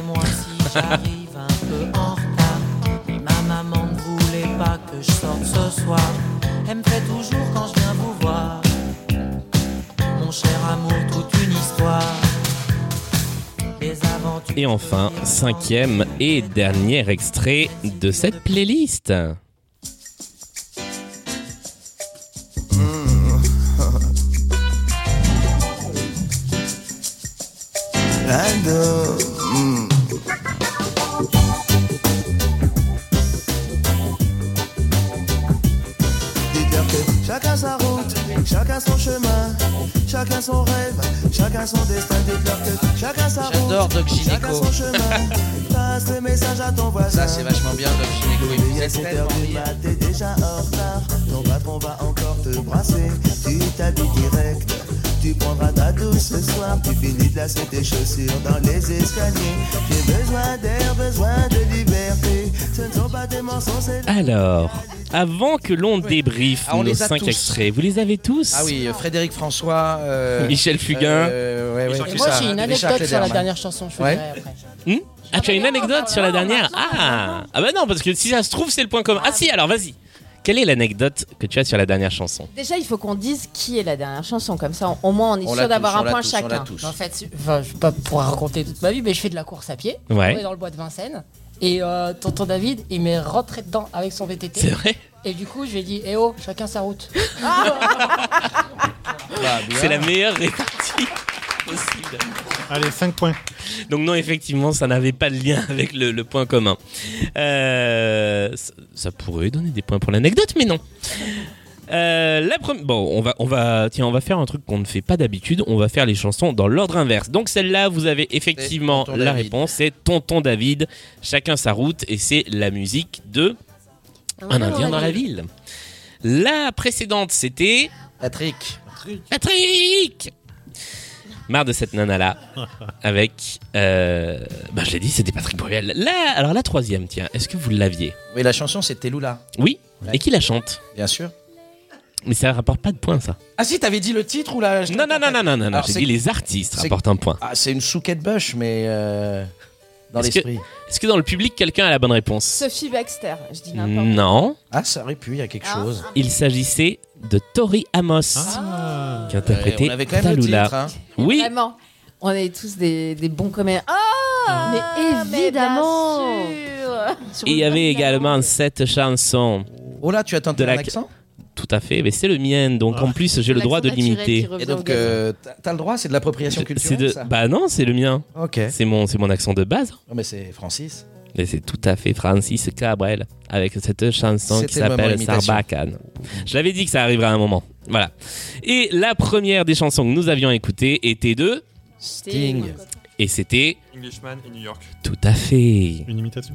J'arrive un peu en retard. Ma maman ne voulait pas que je sorte ce soir. Elle me fait toujours quand je viens vous voir. Mon cher amour, toute une histoire. Des aventures. Et enfin, cinquième et dernier extrait de cette playlist. Ado, mm. Liberté. Chacun sa route, chacun son chemin, chacun son rêve, chacun son destin. Liberté. Chacun sa route, J'adore Doc chacun Gynéco. son chemin. Passe le message à ton voisin. Ça, c'est vachement bien, Doc Gynéco. Il Veille à faisait 7 tellement heures du bien. mat, bah, t'es déjà en retard. Ton patron va encore te brasser. Tu t'habilles direct. Tu prendras ta douce ce soir. Tu finis de lasser tes chaussures dans les escaliers. J'ai besoin d'air, besoin de liberté. Ce ne sont pas des mensonges, c'est Alors, avant que l'on débriefe Ah, on nos les a cinq tous. extraits, vous les avez tous Ah oui, euh, Frédéric François. euh, Michel Fugain. euh, ouais, ouais, Richard tout Et moi, ça. j'ai une Richard anecdote sur la Cléderman. dernière chanson, je vous Ouais. dirai après. Hmm ah, tu as une anecdote sur la dernière Ah Ah bah non, parce que si ça se trouve, c'est le point commun. Ah si, alors vas-y. Quelle est l'anecdote que tu as sur la dernière chanson Déjà, il faut qu'on dise qui est la dernière chanson, comme ça, au moins, on est On l'a sûr d'avoir tous, on un l'a point tous, on l'a chacun. tous. En fait, je- enfin, je vais pas pouvoir raconter toute ma vie, mais je fais de la course à pied. Ouais. On est dans le bois de Vincennes. Et euh, tonton David, il m'est rentré dedans avec son VTT. C'est vrai Et du coup, je lui ai dit, eh oh, chacun sa route. C'est la meilleure répartie possible. Allez, 5 points. Donc non, effectivement, ça n'avait pas de lien avec le, le point commun. Euh, ça, ça pourrait donner des points pour l'anecdote, mais non. Euh, la première, bon, on va, on va, tiens, on va faire un truc qu'on ne fait pas d'habitude. On va faire les chansons dans l'ordre inverse. Donc celle-là, vous avez effectivement Tonton la David. réponse. C'est Tonton David. Chacun sa route, et c'est la musique de Ah Un Indien dans la ville. La précédente, c'était Patrick. Patrick. Marre de cette nana là, avec, euh, bah je l'ai dit, c'était Patrick Bruel. Là, alors la troisième, tiens, est-ce que vous l'aviez Oui, la chanson, c'était Lula. Oui. Et qui la chante Bien sûr. Mais ça rapporte pas de points, ça. Ah si, t'avais dit le titre ou la. Non, non, non, non, non, non, non. Alors, J'ai c'est- dit les artistes c'est- rapportent un point. Ah, c'est une souquette bush, mais euh, dans Est-ce que- l'esprit. Est-ce que dans le public quelqu'un a la bonne réponse Sophie Baxter, je dis Mmh. n'importe Non. Ah, ça aurait pu, il y a quelque chose. Il s'agissait de Tori Amos, Ah. qui interprétait Ouais, Euh, on avait quand même le Tallulah. titre, hein. Oui. Vraiment, on est tous des, des bons comédiens. Ah Mais évidemment Et il y avait également cette chanson. Oh là, tu as tenté de un laque- accent Tout à fait, mais c'est le mien, donc en plus j'ai le droit de l'imiter. Et donc, euh, t'as t'as le droit, c'est de l'appropriation C'est culturelle, de... ça Bah non, c'est le mien. Ok. C'est mon, c'est mon accent de base. hein. Non, mais c'est Francis. Mais c'est tout à fait Francis Cabrel avec cette chanson qui C'était le moment s'appelle imitation. Sarbacane. Je l'avais dit que ça arriverait à un moment. Voilà. Et la première des chansons que nous avions écoutées était de. euh, Sting. Et c'était. Englishman et New York. Tout à fait. Une imitation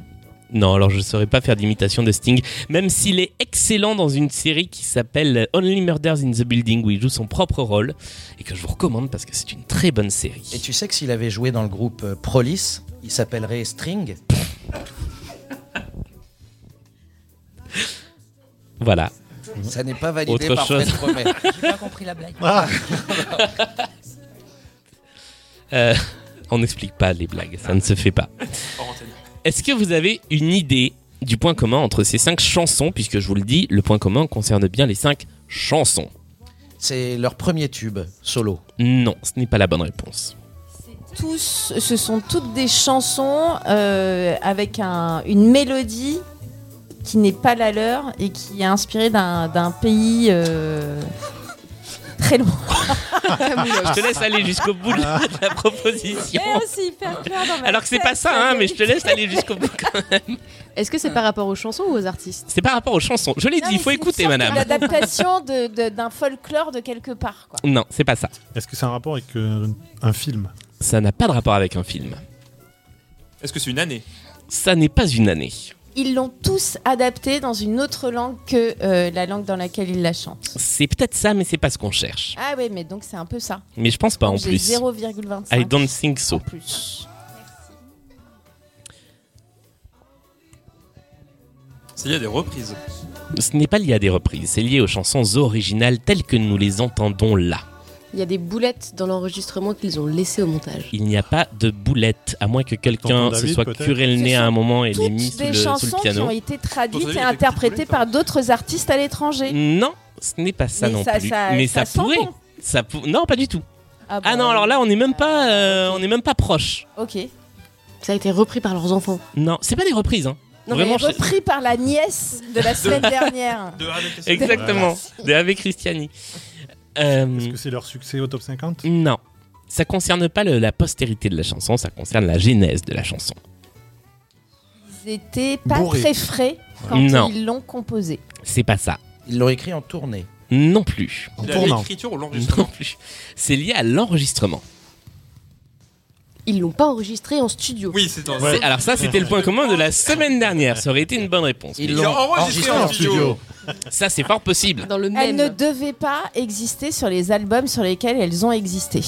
Non, alors je ne saurais pas faire d'imitation de Sting, même s'il est excellent dans une série qui s'appelle Only Murders in the Building, où il joue son propre rôle, et que je vous recommande parce que c'est une très bonne série. Et tu sais que s'il avait joué dans le groupe euh, Prolis, il s'appellerait String. Voilà. Ça n'est pas validé Autre par chose. Fred Promet. J'ai pas compris la blague. Ah. Euh, on n'explique pas les blagues, ça ne se fait pas. Hors antenne. Est-ce que vous avez une idée du point commun entre ces cinq chansons Puisque je vous le dis, le point commun concerne bien les cinq chansons. C'est leur premier tube solo. Non, ce n'est pas la bonne réponse. Tous, ce sont toutes des chansons euh, avec un- une mélodie qui n'est pas la leur et qui est inspirée d'un d'un pays euh, très loin. je te laisse aller jusqu'au bout de Ah. la- de la proposition. Mais aussi hyper clair dans ma Alors que c'est tête, pas ça, hein, y mais a- je te laisse aller jusqu'au bout. Est-ce que c'est par rapport aux chansons ou aux artistes C'est par rapport aux chansons. Je l'ai Non, dit, il mais faut c'est une écouter, sorte madame. L'adaptation de- de- d'un folklore de quelque part. Quoi. Non, c'est pas ça. Est-ce que c'est un rapport avec euh, un film Ça n'a pas de rapport avec un film. Est-ce que c'est une année Ça n'est pas une année. Ils l'ont tous adapté dans une autre langue que euh, la langue dans laquelle ils la chantent. C'est peut-être ça, mais c'est pas ce qu'on cherche. Ah ouais, mais donc c'est un peu ça. Mais je pense pas en J'ai plus. 0,25. I don't think so. S'il y a des reprises. Ce n'est pas lié à des reprises, c'est lié aux chansons originales telles que nous les entendons là. Il y a des boulettes dans l'enregistrement qu'ils ont laissé au montage. Il n'y a pas de boulette, à moins que quelqu'un Tonton se David, soit peut-être curé le nez à un moment et l'ait Toutes mis sous des le, sous chansons le qui ont piano. été Vous traduites avez et des interprétées par d'autres artistes à l'étranger. Non, ce n'est pas ça Mais non ça- plus. ça- Mais ça ça, sent pourrait. bon. Ça pou- Non, pas du tout. Ah, Ah bon, non, alors là, on n'est même pas, euh, on n'est même pas proche. Ok. Ça a été repris par leurs enfants. Non, c'est pas des reprises. Hein. Non, Vraiment, mais je- repris par la nièce de la semaine dernière. Exactement. De Ave Christiani. Euh, Est-ce que c'est leur succès au top 50 Non. Ça concerne pas le- la postérité de la chanson, ça concerne la genèse de la chanson. Ils étaient pas Bourrés. très frais quand Non. ils l'ont composé. C'est pas ça. Ils l'ont écrit en tournée. Non plus. En Il a tournant. l'écriture ou Non l'enregistrement plus. C'est lié à l'enregistrement. Ils l'ont pas enregistré en studio. Oui, c'est en C'est- Alors ça, c'était le point commun de la semaine dernière. Ça aurait été une bonne réponse. Ils l'ont enregistré en studio. Ça, c'est fort possible. Dans le Elles même. ne devaient pas exister sur les albums sur lesquels elles ont existé.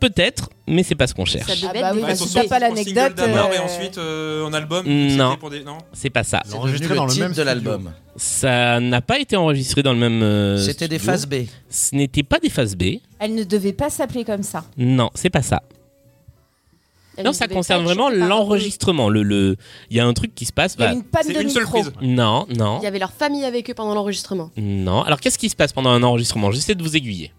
Peut-être, mais c'est pas ce qu'on Ça cherche. devait Ah être bah des oui, Ah, bah, ils sont si t'as sortis pas en single l'anecdote. d'abord et euh, ensuite euh, en album Non. c'était pour des- Non. C'est pas ça. Ils l'ont enregistré dans le titre même de studio. l'album. Ça n'a pas été enregistré dans le même. euh, C'était des studio. phases B. Ce n'était pas des phases B. Elles ne devaient pas s'appeler comme ça. Non, c'est pas ça. Elles non, ne ça devaient concerne pas être vraiment chantées par- l'enregistrement. Le, le, il y a un truc qui se passe. Il y a bah, une panne C'est de une seule micro. prise. Non, non, Il y avait leur famille avec eux pendant l'enregistrement. non. Alors qu'est-ce qui se passe pendant un enregistrement J'essaie de vous aiguiller.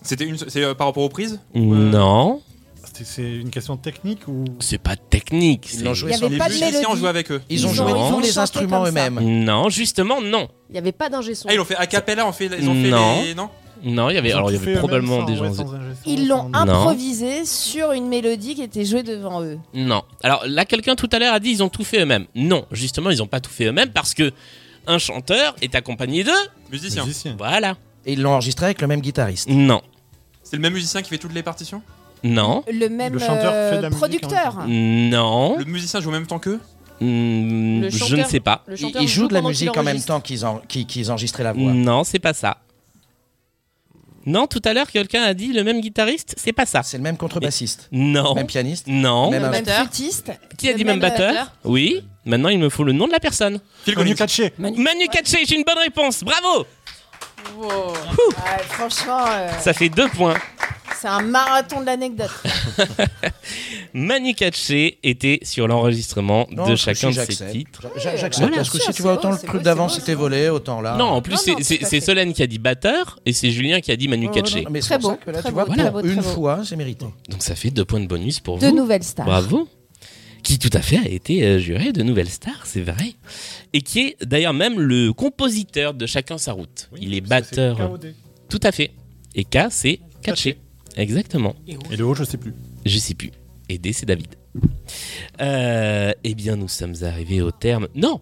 C'était une. C'est euh, par rapport aux prises Non, C'était- C'est une question technique ou c'est pas technique. Ils c'est- l'ont joué Il y sur avait Les pas de musiciens ont mélodie. joué avec eux. Ils ont Ils joué ont tous les chanté instruments comme ça. eux-mêmes. Non, justement, non. Il n'y avait pas d'ingé son. Ah, ils l'ont fait a cappella, on fait, ils ont fait Non. les. Non Non, il y avait, Ils ont alors il y tout avait fait probablement eux-mêmes des sans- ouais, gens. sans ingé son, Ils l'ont sans- Mmh. Non. improvisé sur une mélodie qui était jouée devant eux. Non. Alors là, quelqu'un tout à l'heure a dit ils ont tout fait eux-mêmes. Non, justement, ils ont pas tout fait eux-mêmes parce que un chanteur est accompagné de. Musicien. Musicien. Voilà. Et ils l'ont enregistré avec le même guitariste. Non, C'est le même musicien qui fait toutes les partitions non, Le même chanteur euh, fait de la musique hein. en même temps. producteur. non. Le musicien joue en même temps qu'eux Mm, Le je ne chanteur- sais pas. Le Ils, chanteur ils jouent de la pendant qu'il musique en même enregistre. temps qu'ils en- qu'ils- qu'ils enregistraient la voix. Non, c'est pas ça. Non, tout à l'heure, quelqu'un a dit le même guitariste. C'est pas ça. C'est le même contrebassiste, Non. même pianiste, Non. même Le même batteur. flûtiste. Qui a le dit même même batteur batteur. Oui. Maintenant, il me faut le nom de la personne. Phil Connu Collins. catché Manu Katché, j'ai une bonne réponse. Bravo. Ouais, franchement, euh, Ça Ah fait deux points. c'est un marathon de l'anecdote. Manu Katché était sur l'enregistrement Non, de si, chacun de ses j'accepte. titres. J'a- J'accepte, Voilà. parce que si Bien sûr, tu vois c'est autant beau, le c'est truc beau, d'avant c'est beau, c'était c'est beau. volé, autant là. Non, en plus, Non, c'est- non, c'est tout à c'est fait. Solène qui a dit batteur et c'est Julien qui a dit Manu Ouais, Katché. voilà, mais c'est Oh, Très pour beau, ça que là, très tu vois, beau, pour très beau, très une beau. fois, c'est mérité. Donc ça fait deux points de bonus pour De vous. nouvelles stars. Bravo. Qui tout à fait a été euh, juré de Nouvelle Star, c'est vrai. Et qui est d'ailleurs même le compositeur de Chacun sa route. Oui, Il est parce que c'est batteur. KOD. Tout à fait. Et K, c'est Katché. Exactement. Et le haut, je sais plus. Je sais plus. Et D, c'est David. Euh, eh bien, nous sommes arrivés au terme. Non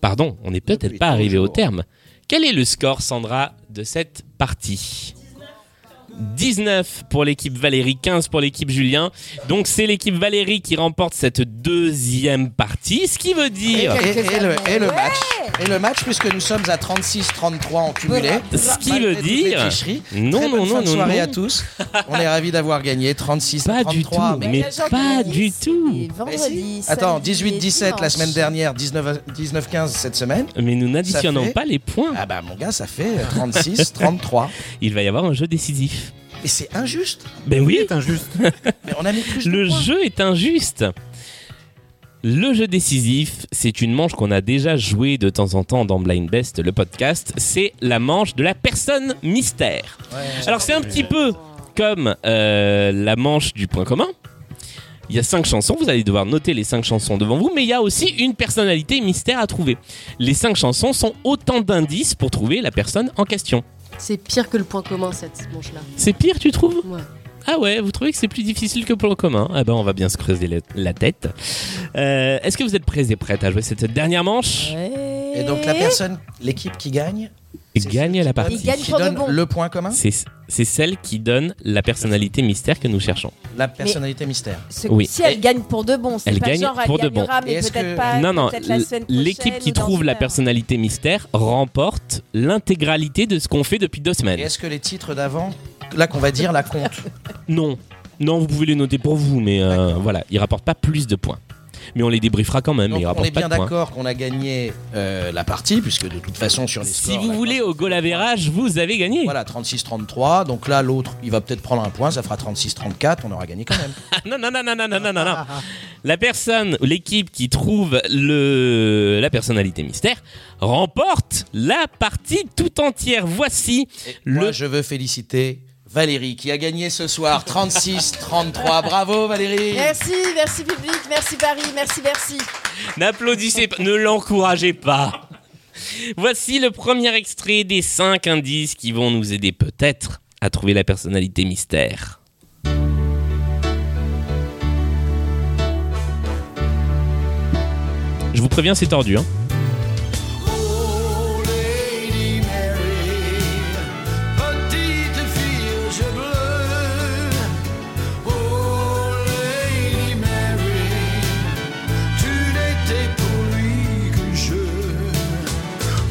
Pardon, on n'est peut-être Depuis pas arrivé au toujours. terme. Quel est le score, Sandra, de cette partie 19 pour l'équipe Valérie, 15 pour l'équipe Julien. Donc c'est l'équipe Valérie qui remporte cette deuxième partie, ce qui veut Et, dire... et- et le, et le match, et le match, puisque nous sommes à 36-33 en cumulé. Ce qui Malgré veut toutes les dire... tricheries. Non, Très non, bonne non, fin de non, soirée non. à tous. On est ravis d'avoir gagné 36 Pas du 33. tout, mais pas du tout. Vendredi, Bah Attends, samedi, 18-17 la dimanche. semaine dernière, 19-15 cette semaine. Mais nous n'additionnons fait- pas les points. Ah bah mon gars, ça fait 36-33. Il va y avoir un jeu décisif. Mais c'est injuste. Ben oui, C'est injuste. Mais on a mis plus de Le points. jeu est injuste. Le jeu décisif, c'est une manche qu'on a déjà jouée de temps en temps dans Blind Best, le podcast. C'est la manche de la personne mystère. Alors c'est un petit peu comme euh, la manche du point commun. Il y a cinq chansons, vous allez devoir noter les cinq chansons devant vous, mais il y a aussi une personnalité mystère à trouver. Les cinq chansons sont autant d'indices pour trouver la personne en question. C'est pire que le point commun, cette manche-là. C'est pire, tu trouves Ouais. Ah ouais, vous trouvez que c'est plus difficile que pour le commun Ah ben, on va bien se creuser la, la tête. Euh, Est-ce que vous êtes prêts et prêtes à jouer cette dernière manche Et donc la personne, l'équipe qui gagne, Et gagne à la partie. Il gagne Qui pour de donne bon. le point commun C'est c'est celle qui donne la personnalité mystère que nous cherchons. la personnalité mystère. Ce- Oui. Si elle gagne pour de bon, c'est Elle pas gagne genre elle pour de bon. gagnera, Et mais est-ce peut-être que- pas. non, non, peut-être la semaine prochaine l'équipe qui ou dans trouve une la heure. personnalité mystère remporte l'intégralité de ce qu'on fait depuis deux Et semaines. est-ce que les titres d'avant, là qu'on va dire, la compte Non, non, vous pouvez les noter pour vous, mais euh, voilà, ils rapportent pas plus de points. Mais on les débriefera quand même, Donc, ils on rapportent est bien pas de points. d'accord qu'on a gagné euh, la partie, puisque de toute façon, sur les Si vous voulez au goal average, vous avez gagné. Voilà, 36-33. Donc là, l'autre, il va peut-être prendre un point, ça fera 36-34, on aura gagné quand même. Ah, non, non, non, non, non, non, non, non, non. La personne ou l'équipe qui trouve le, la personnalité mystère remporte la partie tout entière. Voici le. je veux féliciter Valérie qui a gagné ce soir 36-33. Bravo Valérie Merci, merci public, merci Paris, merci, merci. N'applaudissez pas, ne l'encouragez pas. Voici le premier extrait des cinq indices qui vont nous aider peut-être à trouver la personnalité mystère. Je vous préviens, c'est tordu. Hein. Oh, Petite fille aux yeux bleus, oh Lady Mary, tu n'étais pour lui que je.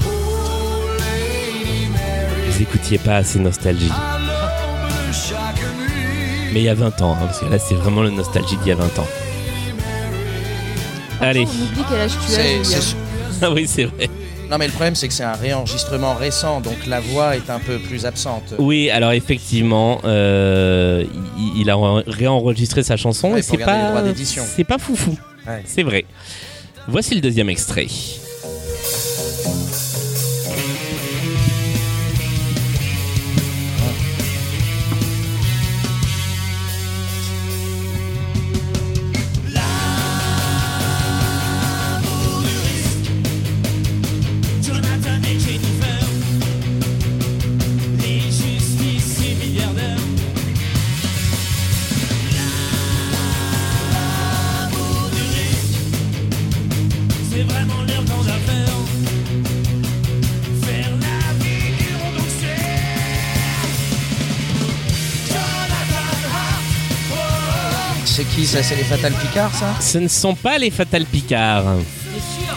Oh Lady Mary, Vous écoutiez pas assez Nostalgie. à l'aube de chaque nuit, Mais il y a 20 ans, hein, parce que là, c'est vraiment le Nostalgie d'il y a 20 ans. Allez. Oh, On oublie quel âge tu as. C'est- Julien. c'est- Ah oui, c'est vrai. Non, mais le problème, c'est que c'est un réenregistrement récent, donc la voix est un peu plus absente. Oui, alors effectivement, euh, il, il a re- réenregistré sa chanson Ouais, et faut c'est regarder les droits pas, d'édition. c'est pas foufou. Ouais. C'est vrai. Voici le deuxième extrait. Jonathan et Jennifer, les justiciers milliardaires. L'amour du risque, c'est vraiment leur grande affaire. Faire la figure aux boxeurs. Jonathan Hart, oh, C'est qui ça C'est les Fatal Picard, ça Ce ne sont pas les Fatal Picard. c'est sûr.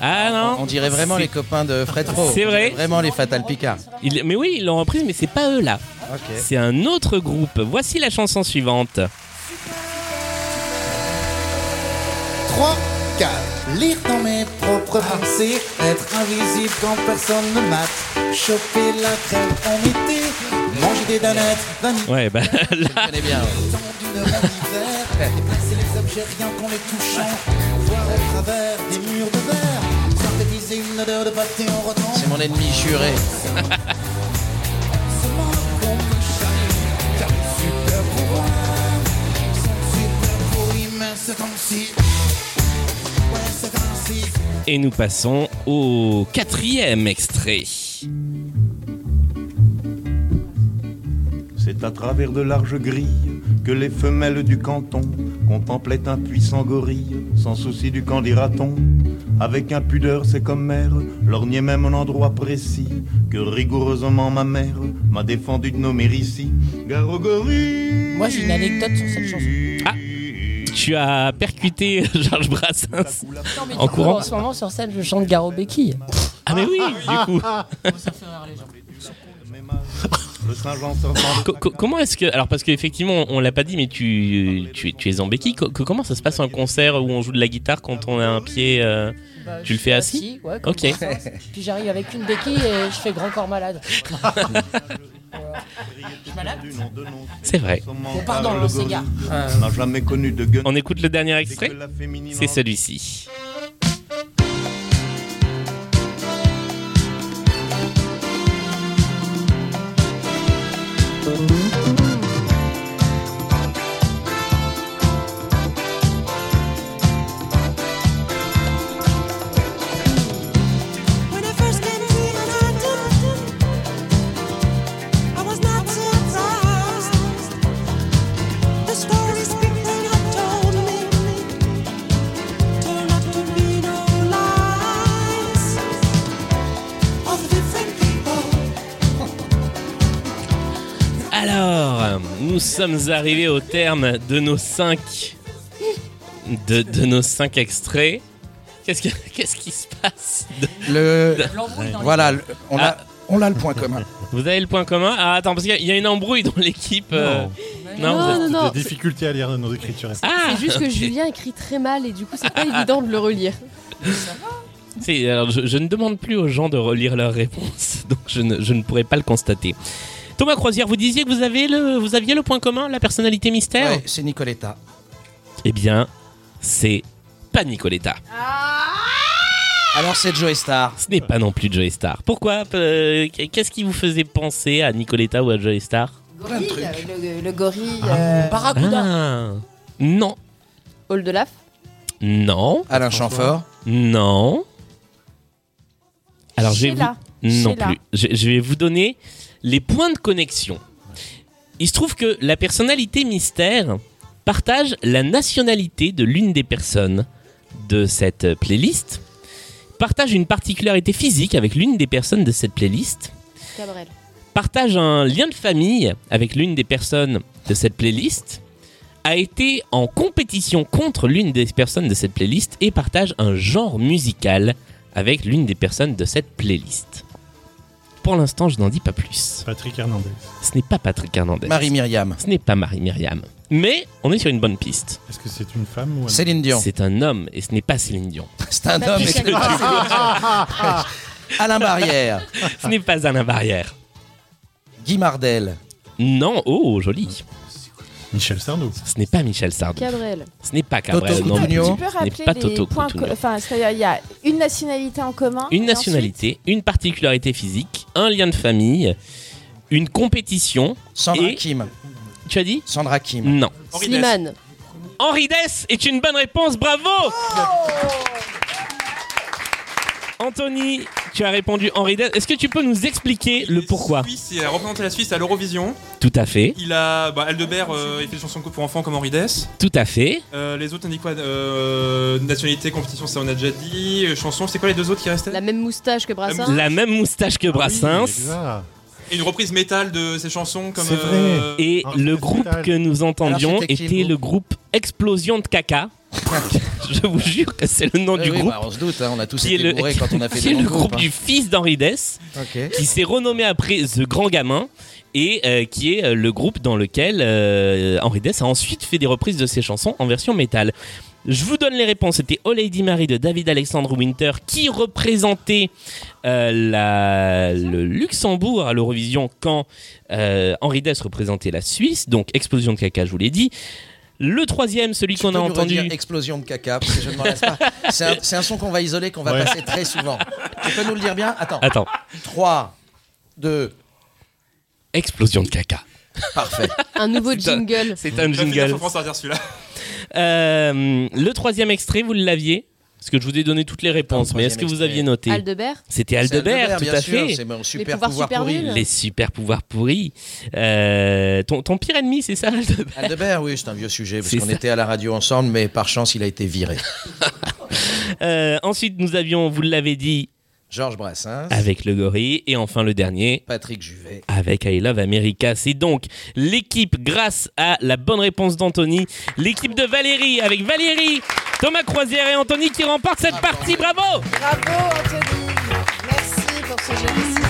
Ah non. On dirait vraiment C'est- les copains de Fred Rowe. C'est vrai. Vraiment les Fatal Picard. Il- mais oui, ils l'ont reprise, mais c'est pas eux là. Ok. C'est un autre groupe. Voici la chanson suivante. 3, 4. Lire dans mes propres pensées, être invisible quand personne ne mate, choper la crème en été, manger des donuts, vanille Ouais, bah Je là, connais bien. ouais. d'une rêve d'hiver, déplacer les objets rien qu'en les touchant, voir au travers des murs de verre, synthétiser une odeur de pâté en retenant. C'est mon ennemi juré. Super pouvoir, son super pouvoir immense comme si. Ouais, c'est comme si. et nous passons au quatrième extrait. C'est à travers de larges grilles que les femelles du canton contemplaient un puissant gorille, sans souci du camp dira-t-on. Avec impudeur, c'est comme mère, lorgnait même un endroit précis que rigoureusement ma mère m'a défendu de nommer ici. Gare au gorille Moi, j'ai une anecdote sur cette chanson. Tu as percuté Georges Brassens en En, courant. ce moment, sur scène, je chante Garo Béquille. Ah mais oui, du coup. Le singe en sortant Co- co- comment est-ce que alors parce qu'effectivement on l'a pas dit mais tu tu, es- tu es en béquille Co- co- comment ça se passe un concert où on joue de la guitare quand on a un pied euh, Bah, tu je le fais suis assis, ouais, comme ok ça. Puis j'arrive avec une béquille et je fais grand corps malade. du nom de nom. c'est vrai Ah, Bon, pardon, Le on s'égare. gorille n'a jamais connu de gueule. on écoute le dernier extrait que la féminine c'est celui-ci When I first came to Manhattan, Alors, nous sommes arrivés au terme de nos cinq de, de nos cinq extraits. Qu'est-ce que- qu'est-ce qui se passe Le... L'embrouille dans Voilà, l'équipe. le- on a, Ah. on a le point commun. Vous avez le point commun Ah, attends, parce qu'il y a une embrouille dans l'équipe. euh, Non, vous êtes- Ah! non, non. Des difficultés à lire nos écritures. C'est juste que Julien écrit très mal et du coup, c'est pas évident de le relire. C'est- alors, je, je ne demande plus aux gens de relire leurs réponses, donc je ne, je ne pourrai pas le constater. Thomas Croisière, vous disiez que vous, avez le, vous aviez le point commun, la personnalité mystère Ouais, c'est Nicoletta. Eh bien, c'est pas Nicoletta. Alors c'est Joey Star. Ce n'est pas non plus Joey Star. Pourquoi euh, Qu'est-ce qui vous faisait penser à Nicoletta ou à Joey Star Gorille, le, le gorille. euh, Ah. Non. Hall de Laf. Non. Alain Chamfort Non. Alors, je vais Sheila. vous... Non Sheila. plus. Je, je vais vous donner les points de connexion. Il se trouve que la personnalité mystère partage la nationalité de l'une des personnes de cette euh, playlist, partage une particularité physique avec l'une des personnes de cette playlist, Cabrel. partage un lien de famille avec l'une des personnes de cette playlist, a été en compétition contre l'une des personnes de cette playlist et partage un genre musical avec l'une des personnes de cette playlist. Pour l'instant, je n'en dis pas plus. Patrick Hernandez. Ce n'est pas Patrick Hernandez. Marie-Myriam. Ce n'est pas Marie-Myriam. Mais on est sur une bonne piste. Est-ce que c'est une femme ou un homme Céline Dion. C'est un homme et ce n'est pas Céline Dion. C'est un homme. Alain Barrière. ce n'est pas Alain Barrière. Guy Mardel. Non, oh, joli. Michel Sardou. Ce n'est pas Michel Sardou. Cabrel. Ce n'est pas Cabrel. Toto non plus. Cutugno. Tu peux Ce n'est rappeler pas les Toto points. Cutugno. co- Enfin, c'est-à-dire, il y a une nationalité en commun. Une et nationalité, une particularité physique, un lien de famille, une compétition. Sandra et- Kim. Tu as dit Sandra Kim. Non. Slimane. Henri Dess est une bonne réponse, bravo Oh Anthony, tu as répondu Henri Dess. Est-ce que tu peux nous expliquer le pourquoi Suisse, il a représenté la Suisse à l'Eurovision. Tout à fait, Il a. Bah, Aldebert, euh, il fait des chansons pour enfants comme Henri Dess. tout à fait. Euh, les autres, on dit quoi euh, Nationalité, compétition, ça on a déjà dit. Euh, Chanson, c'est quoi les deux autres qui restaient La même moustache que Brassens. La même moustache Ah que Ah Brassens. Et une reprise métal de ces chansons comme. C'est euh, Et le groupe que nous entendions Alors, c'était qui, était le le groupe Explosion de Caca. Je vous jure que c'est le nom Oui, du oui, groupe. bah, on se doute, hein, on a tous qui été est le- bourrés quand on a fait hein. qui des est le grands groupe groupes, hein. du fils d'Henri Dess, Ok. qui s'est renommé après The Grand Gamin, et euh, qui est euh, le groupe dans lequel euh, Henri Dess a ensuite fait des reprises de ses chansons en version métal. Je vous donne les réponses. C'était Oh Lady Mary de David Alexandre Winter qui représentait euh, la- le Luxembourg à l'Eurovision quand euh, Henri Dess représentait la Suisse. Donc Explosion de caca, je vous l'ai dit. Le troisième, celui qu'on a Peux nous redire entendu. Explosion de caca, parce que je ne m'en lasse pas. C'est un, c'est un son qu'on va isoler, qu'on va Ouais. passer très souvent. Tu peux nous le dire bien Attends. Attends. 3, 2. Explosion de caca. Parfait. Un nouveau jingle. C'est un Je vais finir jingle. sur France Inter, celui-là. Euh, le troisième extrait, vous l'aviez Parce que je vous ai donné toutes les réponses, mais est-ce que vous aviez noté Aldebert. C'était C'est Aldebert, Aldebert, tout bien à sûr, fait. c'est mon super pouvoirs pouvoir super pourri. nuls. Les super pouvoirs pourris. Euh, ton, ton pire ennemi, c'est ça, Aldebert Aldebert, oui, c'est un vieux sujet, parce C'est qu'on ça. était à la radio ensemble, mais par chance, il a été viré. Euh, Ensuite, nous avions, vous l'avez dit, Georges Brassens, avec le gorille. Et enfin, le dernier, Patrick Juvet. avec I Love America. C'est donc l'équipe, grâce à la bonne réponse d'Anthony, l'équipe de Valérie, avec Valérie, Thomas Croisière et Anthony qui remportent Ah, cette partie. Bravo Bravo, Anthony. Merci pour ce jeu décisif.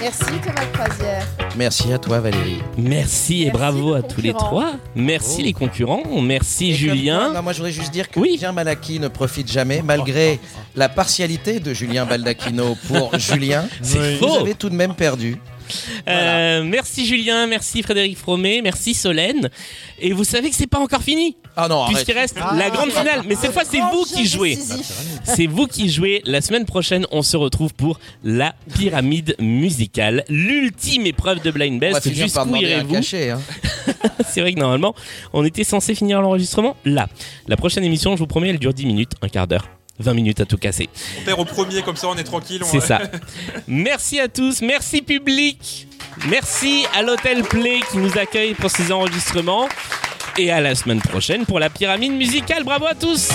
Merci, Thomas Croisière. Merci à toi, Valérie. Merci et bravo à tous les concurrents. trois. Merci Oh. les concurrents. Merci Julien. Non, moi, je voudrais juste dire que Julien Malaki ne profite jamais, malgré Ah, la partialité de Julien Baldacchino pour Julien. C'est Oui. Vous faux. avez tout de même perdu. Euh, merci Julien, merci Frédéric Fromet, merci Solène. Et vous savez que c'est pas encore fini. Ah non, arrête. Puisqu'il reste Ah. la grande finale. Mais cette fois, c'est vous qui jouez. C'est vous qui jouez. La semaine prochaine, on se retrouve pour la pyramide musicale, l'ultime épreuve de Blind On va Best. finir par Jusqu'où demander un irez-vous cachet. hein. C'est vrai que normalement, on était censé finir l'enregistrement là. La prochaine émission, je vous promets, elle dure 10 minutes, un quart d'heure. 20 minutes à tout casser. On perd au premier, comme ça on est tranquille. on- C'est ça. Merci à tous, merci public, merci à l'hôtel Play qui nous accueille pour ces enregistrements et à la semaine prochaine pour la pyramide musicale. Bravo à tous.